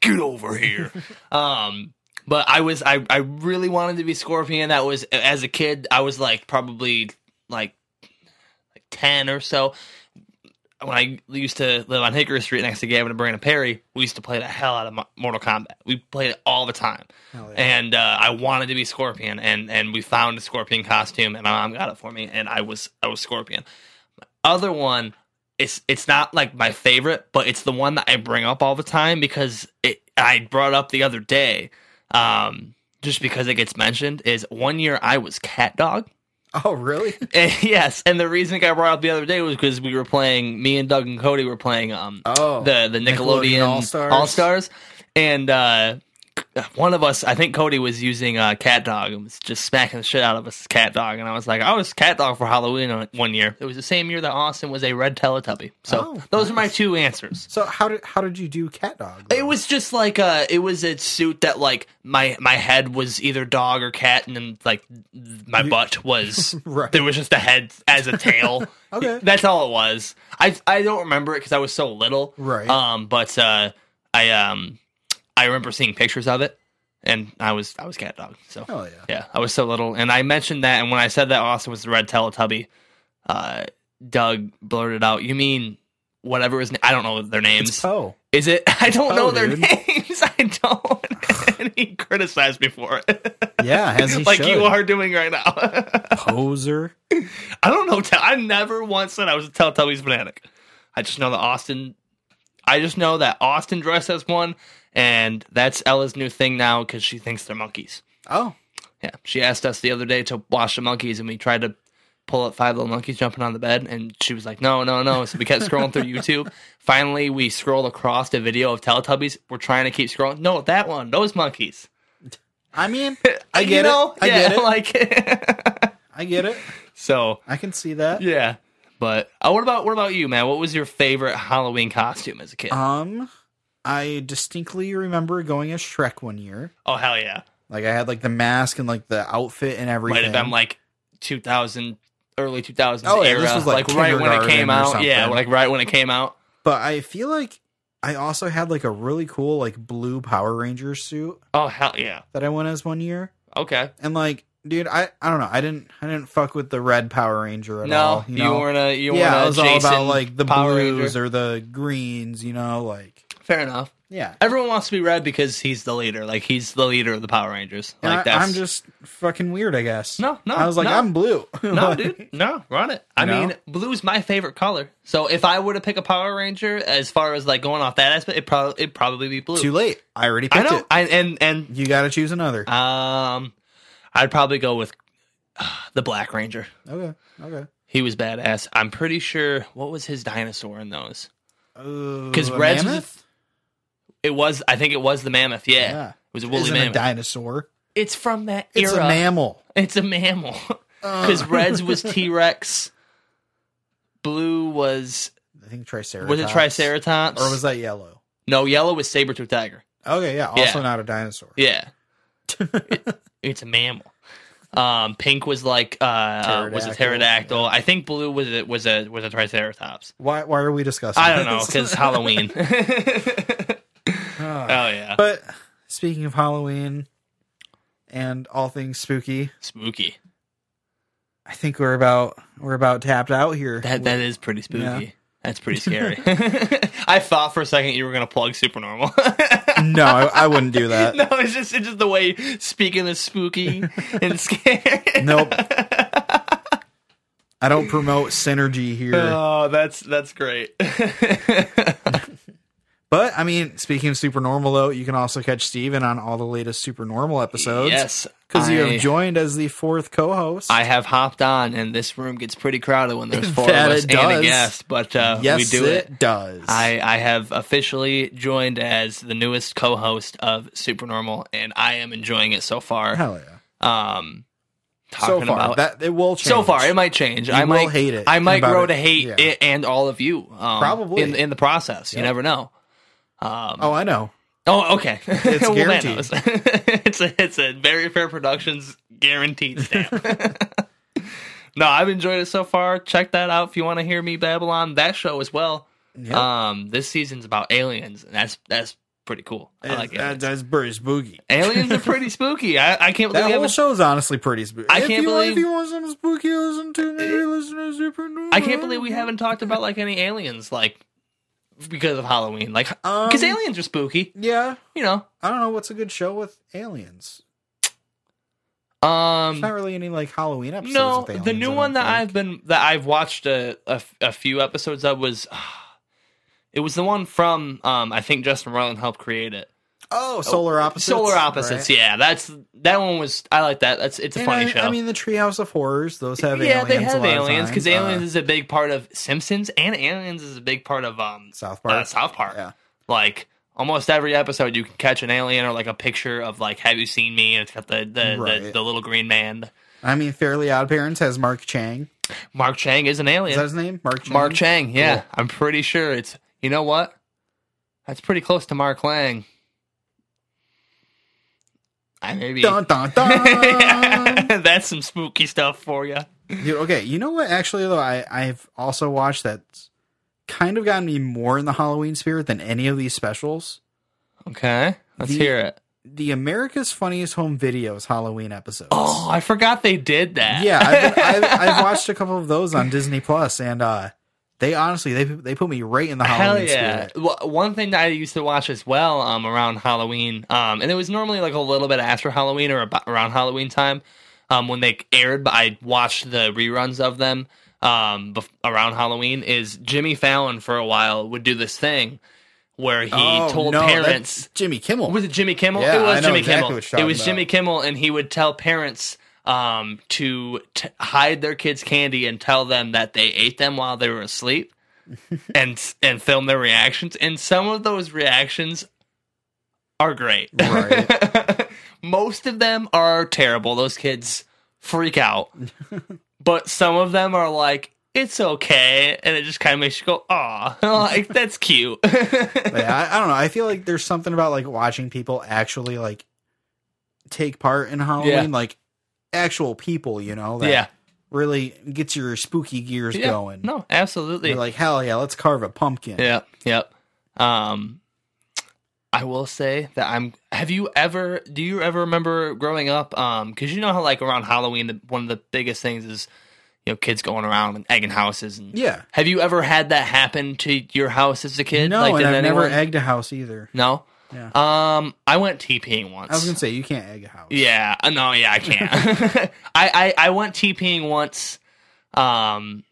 Speaker 1: Get over here. um but I was I I really wanted to be Scorpion. That was as a kid, I was like probably like like 10 or so. When I used to live on Hickory Street next to Gavin and Brandon Perry, we used to play the hell out of Mo- Mortal Kombat. We played it all the time.
Speaker 2: Hell yeah.
Speaker 1: And uh, I wanted to be Scorpion and and we found a Scorpion costume and my mom got it for me and I was I was Scorpion other one it's it's not like my favorite but it's the one that i bring up all the time because it i brought it up the other day um just because it gets mentioned is one year i was cat dog
Speaker 2: Oh, really?
Speaker 1: and yes and the reason i brought up the other day was because we were playing me and doug and cody were playing um
Speaker 2: Oh,
Speaker 1: the the
Speaker 2: Nickelodeon
Speaker 1: nickelodeon,
Speaker 2: All-Stars.
Speaker 1: all stars and uh one of us, I think Cody was using uh, cat dog and was just smacking the shit out of us as cat dog, and I was like, I was cat dog for Halloween on- one year. It was the same year that Austin was a red Teletubby. So
Speaker 2: Oh,
Speaker 1: those are my two answers.
Speaker 2: So how did how did you do cat dog?
Speaker 1: It was just like uh it was a suit that like my my head was either dog or cat, and then like my butt was
Speaker 2: Right.
Speaker 1: there was just a head as a tail.
Speaker 2: Okay.
Speaker 1: that's all it was. I I don't remember it because I was so little.
Speaker 2: Right.
Speaker 1: Um, but uh, I um I remember seeing pictures of it, and I was I was cat dog. So
Speaker 2: Hell yeah.
Speaker 1: yeah, I was so little, and I mentioned that, and when I said that Austin was the red Teletubby, uh, Doug blurted out, "You mean whatever his name? I don't know their names."
Speaker 2: It's Poe.
Speaker 1: Is it? I don't
Speaker 2: Oh,
Speaker 1: know their
Speaker 2: dude.
Speaker 1: names. I don't. and he criticized me for it,
Speaker 2: Yeah, as he
Speaker 1: like
Speaker 2: should.
Speaker 1: you are doing right now.
Speaker 2: poser.
Speaker 1: I don't know. Te- I never once said I was a Teletubbies fanatic. I just know that Austin. I just know that Austin dressed as one, and that's Ella's new thing now because she thinks they're monkeys.
Speaker 2: Oh,
Speaker 1: Yeah, she asked us the other day to watch the monkeys, and we tried to pull up Five Little Monkeys Jumping on the Bed, and she was like, "No, no, no." So we kept scrolling through YouTube. Finally, we scrolled across the video of Teletubbies. We're trying to keep scrolling. No, that one, those monkeys.
Speaker 2: I mean,
Speaker 1: Uh,
Speaker 2: I
Speaker 1: you
Speaker 2: get
Speaker 1: know?
Speaker 2: it. I
Speaker 1: yeah,
Speaker 2: get it.
Speaker 1: Like,
Speaker 2: I get it.
Speaker 1: so
Speaker 2: I can see that.
Speaker 1: yeah. But uh, what about what about you, man? What was your favorite Halloween costume as a kid?
Speaker 2: Um, I distinctly remember going as Shrek one year.
Speaker 1: oh hell yeah!
Speaker 2: Like I had like the mask and like the outfit and everything.
Speaker 1: Might have been like 2000, early 2000s
Speaker 2: Oh, yeah,
Speaker 1: era,
Speaker 2: this was, like,
Speaker 1: right when it
Speaker 2: kindergarten
Speaker 1: came
Speaker 2: or
Speaker 1: out. Yeah,
Speaker 2: something.
Speaker 1: like right when it came out.
Speaker 2: but I feel like I also had like a really cool like blue Power Ranger suit
Speaker 1: Oh hell yeah!
Speaker 2: that I went as one year.
Speaker 1: Okay.
Speaker 2: And like, dude, I I don't know. I didn't I didn't fuck with the red Power Ranger at
Speaker 1: no,
Speaker 2: all.
Speaker 1: you,
Speaker 2: know?
Speaker 1: weren't a you
Speaker 2: yeah,
Speaker 1: weren't
Speaker 2: it
Speaker 1: a
Speaker 2: was
Speaker 1: Jason
Speaker 2: all about like the
Speaker 1: Power
Speaker 2: blues
Speaker 1: Ranger.
Speaker 2: or the greens, you know, like
Speaker 1: Fair enough.
Speaker 2: yeah.
Speaker 1: Everyone wants to be red because he's the leader. Like he's the leader of the Power Rangers.
Speaker 2: And
Speaker 1: Like
Speaker 2: I,
Speaker 1: that's
Speaker 2: I'm just fucking weird, I guess.
Speaker 1: No, no,
Speaker 2: I was like,
Speaker 1: no.
Speaker 2: I'm blue.
Speaker 1: no,
Speaker 2: Like,
Speaker 1: dude. No, run it. I
Speaker 2: You know?
Speaker 1: mean, blue's my favorite color. So if I were to pick a Power Ranger, as far as like going off that aspect, it probably it'd probably be blue.
Speaker 2: Too late. I already
Speaker 1: I
Speaker 2: picked
Speaker 1: know.
Speaker 2: it.
Speaker 1: I and and
Speaker 2: You got to choose another.
Speaker 1: um, I'd probably go with uh, the Black Ranger.
Speaker 2: okay. Okay.
Speaker 1: He was badass. I'm pretty sure. What was his dinosaur in those?
Speaker 2: Because
Speaker 1: reds was a It was. I think it was the mammoth. Yeah,
Speaker 2: Yeah.
Speaker 1: it was a woolly
Speaker 2: isn't a
Speaker 1: mammoth.
Speaker 2: dinosaur.
Speaker 1: it's from that era. Uh,
Speaker 2: It's a mammal.
Speaker 1: It's a mammal. Because Reds was T Rex. Blue was
Speaker 2: I think Triceratops.
Speaker 1: was it Triceratops?
Speaker 2: Or was that yellow?
Speaker 1: no yellow was saber tooth tiger.
Speaker 2: Okay, yeah. Also
Speaker 1: Yeah.
Speaker 2: not a dinosaur.
Speaker 1: Yeah, It- it's a mammal. Um, pink was like uh, uh, was a
Speaker 2: Pterodactyl.
Speaker 1: pterodactyl. I think blue was a was a was a triceratops.
Speaker 2: Why? Why are we discussing?
Speaker 1: I don't know
Speaker 2: this?
Speaker 1: because Halloween. oh
Speaker 2: Ah.
Speaker 1: yeah,
Speaker 2: but speaking of Halloween and all things spooky,
Speaker 1: spooky.
Speaker 2: I think we're about we're about tapped out here.
Speaker 1: That that is pretty spooky.
Speaker 2: Yeah.
Speaker 1: That's pretty scary. I thought for a second you were gonna plug Supernormal.
Speaker 2: no, I, I wouldn't do that.
Speaker 1: no, it's just it's just the way speaking is spooky and scary.
Speaker 2: Nope. I don't
Speaker 1: Uh.
Speaker 2: promote synergy here.
Speaker 1: Oh, that's that's great.
Speaker 2: But I mean, speaking of Supernormal, though, you can also catch Steven on all the latest Supernormal episodes.
Speaker 1: Yes,
Speaker 2: Because you
Speaker 1: I-
Speaker 2: have joined as the fourth co host.
Speaker 1: I have hopped on, and this room gets pretty crowded when there's four of
Speaker 2: That
Speaker 1: us
Speaker 2: it
Speaker 1: and a
Speaker 2: does.
Speaker 1: guest. But uh,
Speaker 2: yes,
Speaker 1: we do it.
Speaker 2: does.
Speaker 1: I, I have officially joined as the newest co-host of Supernormal, and I am enjoying it so far.
Speaker 2: Hell yeah.
Speaker 1: Um,
Speaker 2: So
Speaker 1: talking
Speaker 2: far,
Speaker 1: about
Speaker 2: that it will change.
Speaker 1: so far, it might change. I
Speaker 2: will
Speaker 1: might
Speaker 2: hate it
Speaker 1: I might
Speaker 2: about
Speaker 1: grow
Speaker 2: it.
Speaker 1: to hate
Speaker 2: Yeah.
Speaker 1: it and all of you. Um,
Speaker 2: Probably.
Speaker 1: in in the process. You
Speaker 2: Yep.
Speaker 1: never know. Um,
Speaker 2: Oh, I know.
Speaker 1: Oh, okay. It's
Speaker 2: guaranteed.
Speaker 1: it's a it's a very fair productions guaranteed stamp. no, I've enjoyed it so far. Check that out if you want to hear me babble on that show as well.
Speaker 2: Yep.
Speaker 1: Um, this season's about aliens, and that's that's pretty cool. I like
Speaker 2: that,
Speaker 1: aliens.
Speaker 2: that's British boogie.
Speaker 1: aliens are pretty spooky. I, I can't believe
Speaker 2: That
Speaker 1: we
Speaker 2: whole
Speaker 1: haven't.
Speaker 2: show's honestly pretty spooky.
Speaker 1: I
Speaker 2: if
Speaker 1: can't
Speaker 2: you Want, if
Speaker 1: believe- Eh,
Speaker 2: you want something spooky, to listen to maybe listen to Supernormal.
Speaker 1: I can't believe we haven't talked about like any aliens like because of Halloween. Like
Speaker 2: Um,
Speaker 1: because aliens are spooky,
Speaker 2: Yeah,
Speaker 1: you know.
Speaker 2: I don't know what's a good show with aliens. There's not
Speaker 1: Um,
Speaker 2: really any like Halloween episodes.
Speaker 1: no,
Speaker 2: with aliens,
Speaker 1: the new
Speaker 2: don't
Speaker 1: one that
Speaker 2: think.
Speaker 1: I've been that I've watched a a, a few episodes of was. uh, it was the one from um, I think Justin Roiland helped create it.
Speaker 2: Oh, Solar Opposites.
Speaker 1: Solar Opposites, yeah, that's that one was I like that. That's it's a funny
Speaker 2: I,
Speaker 1: show.
Speaker 2: I mean, the Treehouse of Horrors. Those have
Speaker 1: yeah,
Speaker 2: aliens.
Speaker 1: they have
Speaker 2: a lot of
Speaker 1: aliens
Speaker 2: times.
Speaker 1: because
Speaker 2: Uh,
Speaker 1: aliens is a big part of Simpsons and aliens is a big part of um
Speaker 2: South Park.
Speaker 1: uh, South Park.
Speaker 2: Yeah.
Speaker 1: Like almost every episode, you can catch an alien or like a picture of like Have you seen me? And it's got the the, the,
Speaker 2: Right.
Speaker 1: the little green man.
Speaker 2: I mean, Fairly Odd Parents has Mark Chang.
Speaker 1: Mark Chang is an
Speaker 2: Is
Speaker 1: alien.
Speaker 2: that his name? Mark Chang.
Speaker 1: Mark Chang, yeah,
Speaker 2: Cool.
Speaker 1: I'm pretty sure it's. You know what? That's pretty close to Mark Lang. I maybe.
Speaker 2: Dun, dun, dun.
Speaker 1: That's some spooky stuff for you.
Speaker 2: Dude, okay, you know what? Actually, though, I I've also watched that's kind of gotten me more in the Halloween spirit than any of these specials.
Speaker 1: Okay, let's
Speaker 2: The-
Speaker 1: hear it.
Speaker 2: The America's Funniest Home Videos Halloween episodes.
Speaker 1: Oh, I forgot they did that.
Speaker 2: yeah, I've, been, I've, I've watched a couple of those on Disney Plus, and uh, they honestly they they put me right in the
Speaker 1: Hell
Speaker 2: Halloween
Speaker 1: yeah!
Speaker 2: spirit.
Speaker 1: Well, one thing that I used to watch as well um, around Halloween, um, and it was normally like a little bit after Halloween or about around Halloween time um, when they aired. But I watched the reruns of them um, bef- around Halloween. Is Jimmy Fallon for a while would do this thing where he
Speaker 2: Oh,
Speaker 1: told
Speaker 2: no, that's
Speaker 1: parents
Speaker 2: Jimmy Kimmel.
Speaker 1: was it Jimmy Kimmel?
Speaker 2: Yeah,
Speaker 1: it was
Speaker 2: I know
Speaker 1: Jimmy
Speaker 2: exactly
Speaker 1: Kimmel.
Speaker 2: what you're
Speaker 1: it was
Speaker 2: talking
Speaker 1: Jimmy
Speaker 2: about.
Speaker 1: Kimmel, and he would tell parents um, to t- hide their kids' candy and tell them that they ate them while they were asleep, and and film their reactions. And some of those reactions are great. Most of them are terrible. Those kids freak out, but some of them are like. It's okay, and it just kind of makes you go, "Aw, like that's cute."
Speaker 2: But yeah, I, I don't know. I feel like there's something about like watching people actually like take part in Halloween,
Speaker 1: Yeah.
Speaker 2: like actual people, you know, that
Speaker 1: yeah,
Speaker 2: really gets your spooky gears
Speaker 1: yeah,
Speaker 2: going.
Speaker 1: no, absolutely.
Speaker 2: You're like, hell yeah, let's carve a pumpkin.
Speaker 1: Yep, yep. Um, I will say that I'm. Have you ever? Do you ever remember growing up? Um, because you know how like around Halloween, the, one of the biggest things is you know kids going around and egging houses. And
Speaker 2: Yeah.
Speaker 1: have you ever had that happen to your house as a kid?
Speaker 2: no,
Speaker 1: like, did
Speaker 2: and I've never
Speaker 1: anyone-
Speaker 2: egged a house either.
Speaker 1: No.
Speaker 2: Yeah.
Speaker 1: Um, I went TPing once.
Speaker 2: I was gonna say you can't egg a house.
Speaker 1: Yeah, uh, no, yeah, I can't. I, I I went TPing once, um,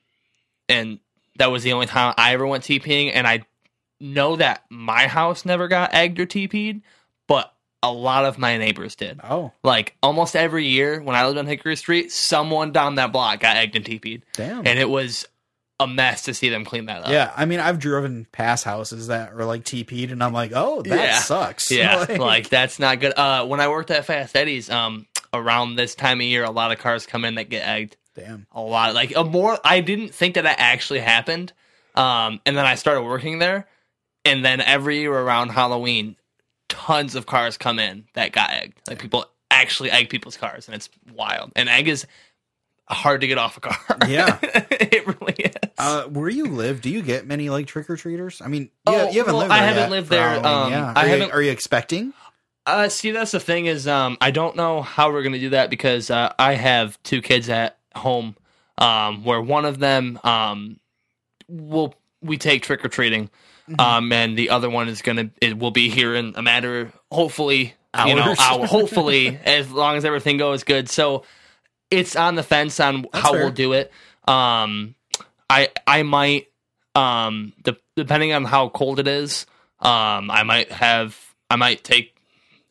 Speaker 1: and that was the only time I ever went TPing. And I know that my house never got egged or TP'd, but a lot of my neighbors did.
Speaker 2: Oh,
Speaker 1: Like almost every year when I lived on Hickory Street, someone down that block got egged and TP'd,
Speaker 2: damn.
Speaker 1: and uh, it was a mess to see them clean that up.
Speaker 2: yeah, I mean, I've driven past houses that are like TP'd, and I'm like, oh, that
Speaker 1: Yeah.
Speaker 2: sucks.
Speaker 1: Yeah, like, that's not good. Uh, when I worked at Fast Eddie's, um, around this time of year, a lot of cars come in that get egged.
Speaker 2: damn.
Speaker 1: a lot like a more i didn't think that that actually happened um and then i started working there and then every year around halloween tons of cars come in that got egged like people actually egg people's cars and it's wild and egg is hard to get off a car
Speaker 2: Yeah.
Speaker 1: it really is
Speaker 2: Uh, where you live, do you get many like trick or treaters? I mean,
Speaker 1: Oh,
Speaker 2: yeah, you haven't
Speaker 1: well,
Speaker 2: lived
Speaker 1: I
Speaker 2: there.
Speaker 1: haven't
Speaker 2: yet
Speaker 1: lived
Speaker 2: for
Speaker 1: there,
Speaker 2: Halloween,
Speaker 1: um,
Speaker 2: yeah.
Speaker 1: I
Speaker 2: are
Speaker 1: haven't-
Speaker 2: You, are you expecting?
Speaker 1: Uh, see, that's the thing is, um, I don't know how we're gonna do that because uh, I have two kids at home, um, where one of them, um, will we take trick or treating,
Speaker 2: Mm-hmm.
Speaker 1: um, and the other one is gonna it will be here in a matter, hopefully, you know,
Speaker 2: Hours.
Speaker 1: hour, hopefully, as long as everything goes good. So it's on the fence on
Speaker 2: That's
Speaker 1: how
Speaker 2: fair.
Speaker 1: we'll do it. Um, I I might, um, de- depending on how cold it is. Um, I might have, I might take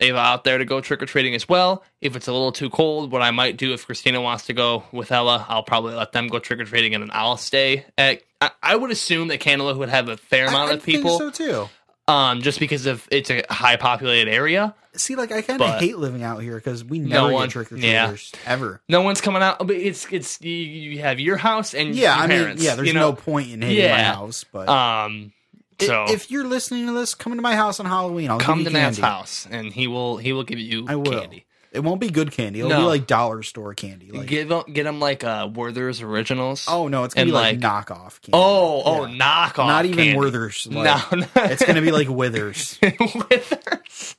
Speaker 1: Ava out there to go trick or treating as well. If it's a little too cold, what I might do if Christina wants to go with Ella, I'll probably let them go trick or treating and then I'll stay at. I, I would assume that Cantaloupe would have a fair
Speaker 2: I-
Speaker 1: amount
Speaker 2: I
Speaker 1: of people,
Speaker 2: Think so too.
Speaker 1: um, just because of it's a high populated area.
Speaker 2: See, like I kind of
Speaker 1: But-
Speaker 2: hate living out here because we
Speaker 1: No
Speaker 2: never
Speaker 1: one-
Speaker 2: get trick or
Speaker 1: yeah.
Speaker 2: treaters ever.
Speaker 1: No one's coming out. But it's it's you, you have your house and
Speaker 2: Yeah,
Speaker 1: your
Speaker 2: I mean,
Speaker 1: parents,
Speaker 2: yeah. There's
Speaker 1: you know?
Speaker 2: no point in hating my
Speaker 1: Yeah.
Speaker 2: house, but
Speaker 1: Um,
Speaker 2: i-
Speaker 1: so
Speaker 2: if you're listening to this, come to my house on Halloween. I'll
Speaker 1: come to
Speaker 2: give you
Speaker 1: Matt's
Speaker 2: candy.
Speaker 1: house and he will he will give you
Speaker 2: I will.
Speaker 1: candy.
Speaker 2: It won't be good candy. It'll be
Speaker 1: No.
Speaker 2: like dollar store candy. Like,
Speaker 1: give him, get him like uh, Werther's Originals.
Speaker 2: oh no, it's gonna
Speaker 1: and
Speaker 2: be like,
Speaker 1: like-
Speaker 2: knockoff candy.
Speaker 1: oh, oh,
Speaker 2: Yeah.
Speaker 1: knock off.
Speaker 2: not even
Speaker 1: candy.
Speaker 2: Werther's. Like,
Speaker 1: no,
Speaker 2: it's gonna be like Withers,
Speaker 1: Withers.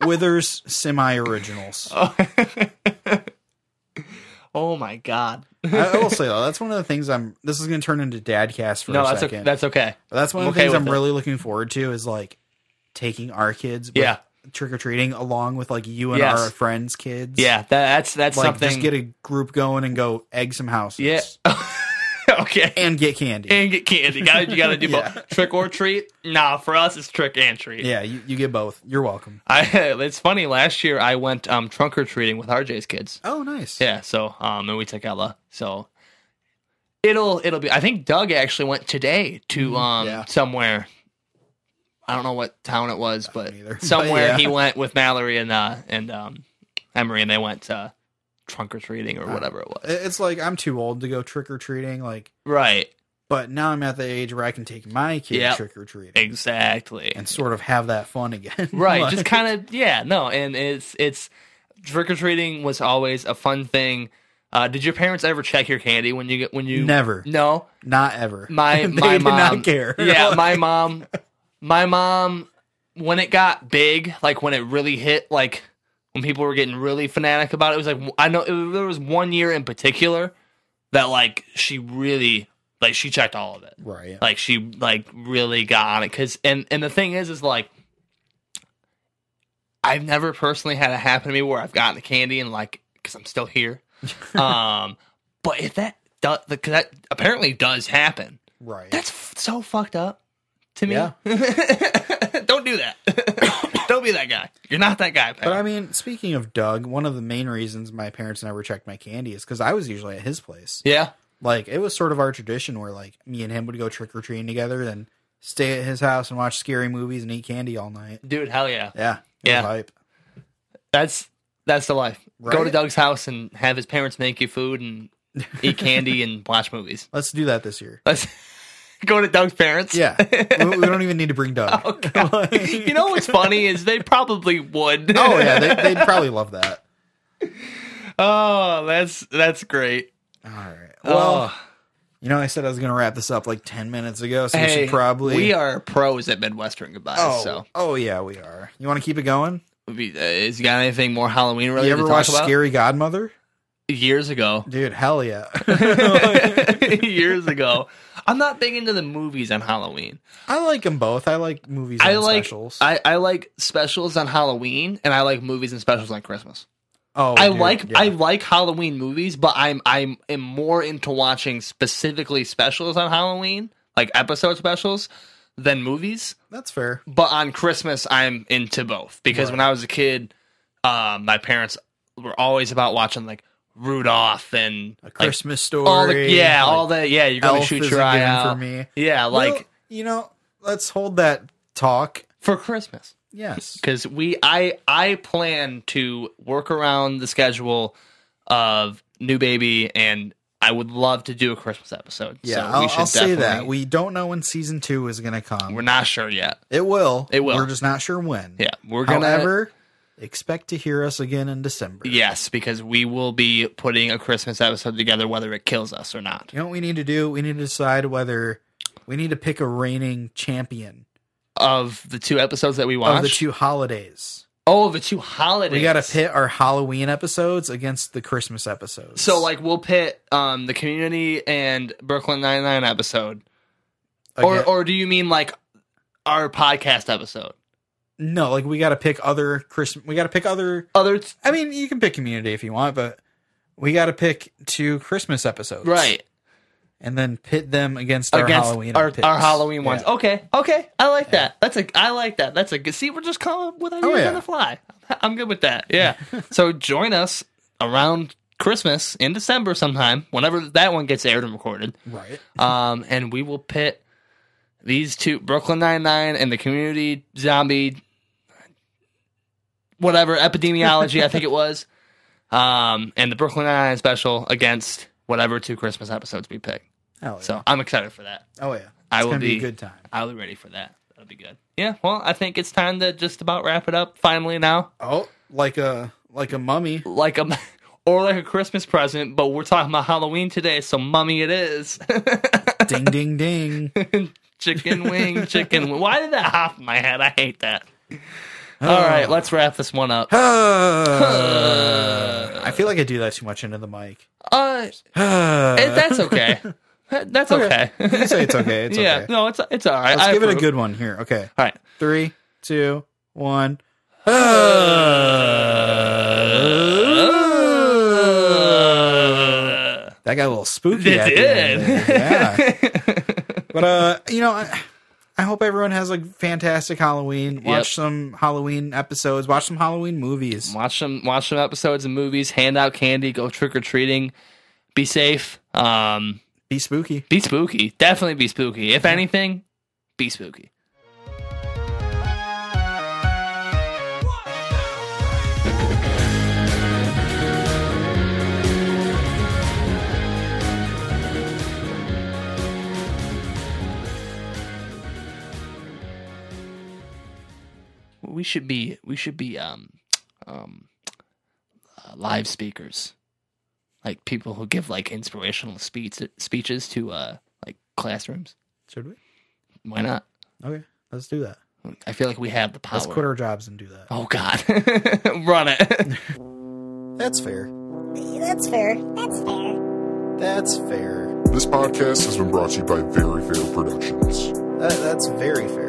Speaker 2: Withers semi originals.
Speaker 1: Oh. oh my god.
Speaker 2: I I will say though, that's one of the things I'm. This is gonna turn into Dadcast for
Speaker 1: no,
Speaker 2: a
Speaker 1: that's
Speaker 2: second.
Speaker 1: okay. that's okay.
Speaker 2: But that's one of the
Speaker 1: I'm okay
Speaker 2: things I'm
Speaker 1: with it.
Speaker 2: really looking forward to is like taking our kids, with
Speaker 1: Yeah.
Speaker 2: trick or treating along with like you and
Speaker 1: Yes.
Speaker 2: our friends' kids,
Speaker 1: Yeah, that, that's that's
Speaker 2: like
Speaker 1: something.
Speaker 2: just get a group going and go egg some houses,
Speaker 1: Yeah. okay.
Speaker 2: and get candy.
Speaker 1: And get candy. You gotta, you gotta do
Speaker 2: Yeah.
Speaker 1: both. Trick or treat? Nah, for us it's trick and treat.
Speaker 2: yeah, you, you get both. You're welcome.
Speaker 1: I, it's funny. Last year I went um, trunk or treating with RJ's kids.
Speaker 2: Oh, nice.
Speaker 1: Yeah, so um, and we took Ella. So it'll it'll be. I think Doug actually went today to um
Speaker 2: Mm-hmm. yeah.
Speaker 1: somewhere. I don't know what town it was, but
Speaker 2: me either. But
Speaker 1: somewhere
Speaker 2: yeah.
Speaker 1: he went with Mallory and uh and um Emery, and they went uh, trunk or treating
Speaker 2: Uh.
Speaker 1: or whatever it was.
Speaker 2: It- It's like I'm too old to go trick or treating, like,
Speaker 1: Right.
Speaker 2: but now I'm at the age where I can take my kid
Speaker 1: Yeah.
Speaker 2: trick or treating
Speaker 1: Exactly.
Speaker 2: and sort of have that fun again.
Speaker 1: right
Speaker 2: Like,
Speaker 1: just kind of yeah no and it's it's trick-or-treating was always a fun thing uh did your parents ever check your candy when you get when you
Speaker 2: never,
Speaker 1: no
Speaker 2: not ever.
Speaker 1: my
Speaker 2: they
Speaker 1: my
Speaker 2: did
Speaker 1: mom
Speaker 2: not care.
Speaker 1: yeah
Speaker 2: Like,
Speaker 1: my mom my mom when it got big like when it really hit like when people were getting really fanatic about it, it was like i know it, there was one year in particular that like she really like she checked all of it
Speaker 2: right.
Speaker 1: like she like really got on it because and and the thing is is like i've never personally had it happen to me where i've gotten the candy and like because i'm still here um but if that does because that apparently does happen
Speaker 2: right.
Speaker 1: that's f- so fucked up to me
Speaker 2: Yeah.
Speaker 1: don't do that don't be that guy you're not that guy pal.
Speaker 2: But I mean, speaking of Doug, one of the main reasons my parents never checked my candy is because I was usually at his place.
Speaker 1: yeah
Speaker 2: Like it was sort of our tradition where like me and him would go trick or treating together, then stay at his house and watch scary movies and eat candy all night.
Speaker 1: dude hell yeah
Speaker 2: Yeah, it was
Speaker 1: Yeah.
Speaker 2: hype.
Speaker 1: that's that's the life go to
Speaker 2: Right?
Speaker 1: doug's house and have his parents make you food and eat candy and watch movies
Speaker 2: Let's do that this year.
Speaker 1: Let's go to Doug's parents.
Speaker 2: Yeah, we, we don't even need to bring Doug.
Speaker 1: Oh, God. you know what's funny is they probably would.
Speaker 2: Oh yeah, they, they'd probably love that.
Speaker 1: Oh, that's that's great.
Speaker 2: All right. Well,
Speaker 1: oh,
Speaker 2: you know, I said I was going to wrap this up like ten minutes ago, so we
Speaker 1: hey,
Speaker 2: should probably.
Speaker 1: we are pros at Midwestern goodbyes.
Speaker 2: Oh,
Speaker 1: So,
Speaker 2: oh yeah, we are. You want to keep it going?
Speaker 1: we- uh, is you got anything more Halloween related
Speaker 2: you ever
Speaker 1: to
Speaker 2: watch
Speaker 1: talk about?
Speaker 2: Scary Godmother?
Speaker 1: Years ago,
Speaker 2: Dude, hell yeah.
Speaker 1: years ago, I'm not big into the movies on Halloween.
Speaker 2: I like them both. I like movies. And
Speaker 1: I like
Speaker 2: specials.
Speaker 1: I, I like specials on Halloween, and I like movies and specials on Christmas.
Speaker 2: oh,
Speaker 1: I
Speaker 2: dude,
Speaker 1: like
Speaker 2: yeah.
Speaker 1: I like Halloween movies, but I'm I'm am more into watching specifically specials on Halloween, like episode specials, than movies.
Speaker 2: That's fair.
Speaker 1: But on Christmas, I'm into both because when I was a kid, uh, my parents were always about watching like Rudolph and
Speaker 2: A
Speaker 1: like,
Speaker 2: Christmas story.
Speaker 1: all the yeah,
Speaker 2: like,
Speaker 1: all the yeah, you're gonna
Speaker 2: Elf
Speaker 1: shoot
Speaker 2: is
Speaker 1: your
Speaker 2: a
Speaker 1: eye
Speaker 2: given
Speaker 1: out.
Speaker 2: for me.
Speaker 1: Yeah,
Speaker 2: Well,
Speaker 1: like
Speaker 2: you know, let's hold that talk.
Speaker 1: for Christmas.
Speaker 2: Yes.
Speaker 1: because we i i plan to work around the schedule of new baby and i would love to do a christmas episode
Speaker 2: Yeah,
Speaker 1: so we
Speaker 2: I'll,
Speaker 1: should
Speaker 2: I'll say that
Speaker 1: definitely-
Speaker 2: we don't know when season two is going to come.
Speaker 1: we're not sure yet
Speaker 2: it will.
Speaker 1: It will.
Speaker 2: We're just not sure when.
Speaker 1: yeah we're gonna
Speaker 2: However, expect to hear us again in December.
Speaker 1: yes because we will be putting a christmas episode together whether it kills us or not
Speaker 2: You know what we need to do? We need to decide whether we need to pick a reigning champion
Speaker 1: of the two episodes that we watched
Speaker 2: of the two holidays.
Speaker 1: oh the two holidays
Speaker 2: We gotta pit our Halloween episodes against the Christmas episodes.
Speaker 1: so like we'll pit um the community and brooklyn 99 episode or
Speaker 2: Again-
Speaker 1: or do you mean like our podcast episode
Speaker 2: no, like we gotta pick other Christmas. We gotta pick other.
Speaker 1: other t-
Speaker 2: I mean, you can pick Community if you want, but we gotta pick two Christmas episodes,
Speaker 1: right
Speaker 2: and then pit them against our
Speaker 1: against
Speaker 2: Halloween
Speaker 1: our,
Speaker 2: picks.
Speaker 1: our Halloween ones. Oh.
Speaker 2: Yeah.
Speaker 1: Okay, okay, I like that. That's a I like that. That's a good. See, we're just coming up with ideas
Speaker 2: Oh, yeah.
Speaker 1: on the fly. I'm good with that. Yeah. so join us around Christmas in December sometime, whenever that one gets aired and recorded.
Speaker 2: right.
Speaker 1: Um, and we will pit these two Brooklyn Nine Nine and the Community Zombie, whatever epidemiology I think it was, um, and the Brooklyn Nine Nine special against whatever two Christmas episodes we pick.
Speaker 2: Hell yeah.
Speaker 1: So I'm excited for that.
Speaker 2: oh yeah, it's
Speaker 1: I will
Speaker 2: gonna be,
Speaker 1: be-
Speaker 2: a good time.
Speaker 1: I'll be ready for that. That'll be good. Yeah, well, I think it's time to just about wrap it up finally now.
Speaker 2: Oh, like a like a mummy.
Speaker 1: Like a or like a Christmas present, but we're talking about Halloween today, so mummy it is.
Speaker 2: ding ding ding.
Speaker 1: chicken wing, chicken wing. Why did that hop in my head? I hate that.
Speaker 2: Oh.
Speaker 1: All right, let's wrap this one up.
Speaker 2: Ah. I feel like I do that too much into the mic.
Speaker 1: Uh,
Speaker 2: Ah.
Speaker 1: eh, that's okay. That- That's okay.
Speaker 2: you can say it's okay. It's
Speaker 1: yeah,
Speaker 2: okay.
Speaker 1: no, it's it's all right.
Speaker 2: Let's
Speaker 1: I
Speaker 2: give it a
Speaker 1: approve.
Speaker 2: good one here. Okay.
Speaker 1: All right.
Speaker 2: Three, two, one. Uh. Ah.
Speaker 1: Uh,
Speaker 2: That got a little spooky.
Speaker 1: It
Speaker 2: at the end
Speaker 1: did.
Speaker 2: there. Yeah. but uh, you know, I, I hope everyone has a fantastic Halloween. Watch
Speaker 1: Yep.
Speaker 2: some Halloween episodes. Watch some Halloween movies.
Speaker 1: Watch some watch some episodes and movies. Hand out candy. Go trick or treating. Be safe. Um,
Speaker 2: Be spooky.
Speaker 1: be spooky. Definitely be spooky. If anything, be spooky. We should be we should be um um uh, live speakers like people who give like inspirational speech, speeches to uh like classrooms.
Speaker 2: Should we?
Speaker 1: Why not?
Speaker 2: Okay, let's do that.
Speaker 1: I feel like we have the power.
Speaker 2: Let's quit our jobs and do that.
Speaker 1: oh God, run it.
Speaker 2: That's fair.
Speaker 3: That's fair. That's fair.
Speaker 2: That's fair.
Speaker 4: This podcast has been brought to you by Very Fair Productions.
Speaker 2: That, Uh, that's very fair.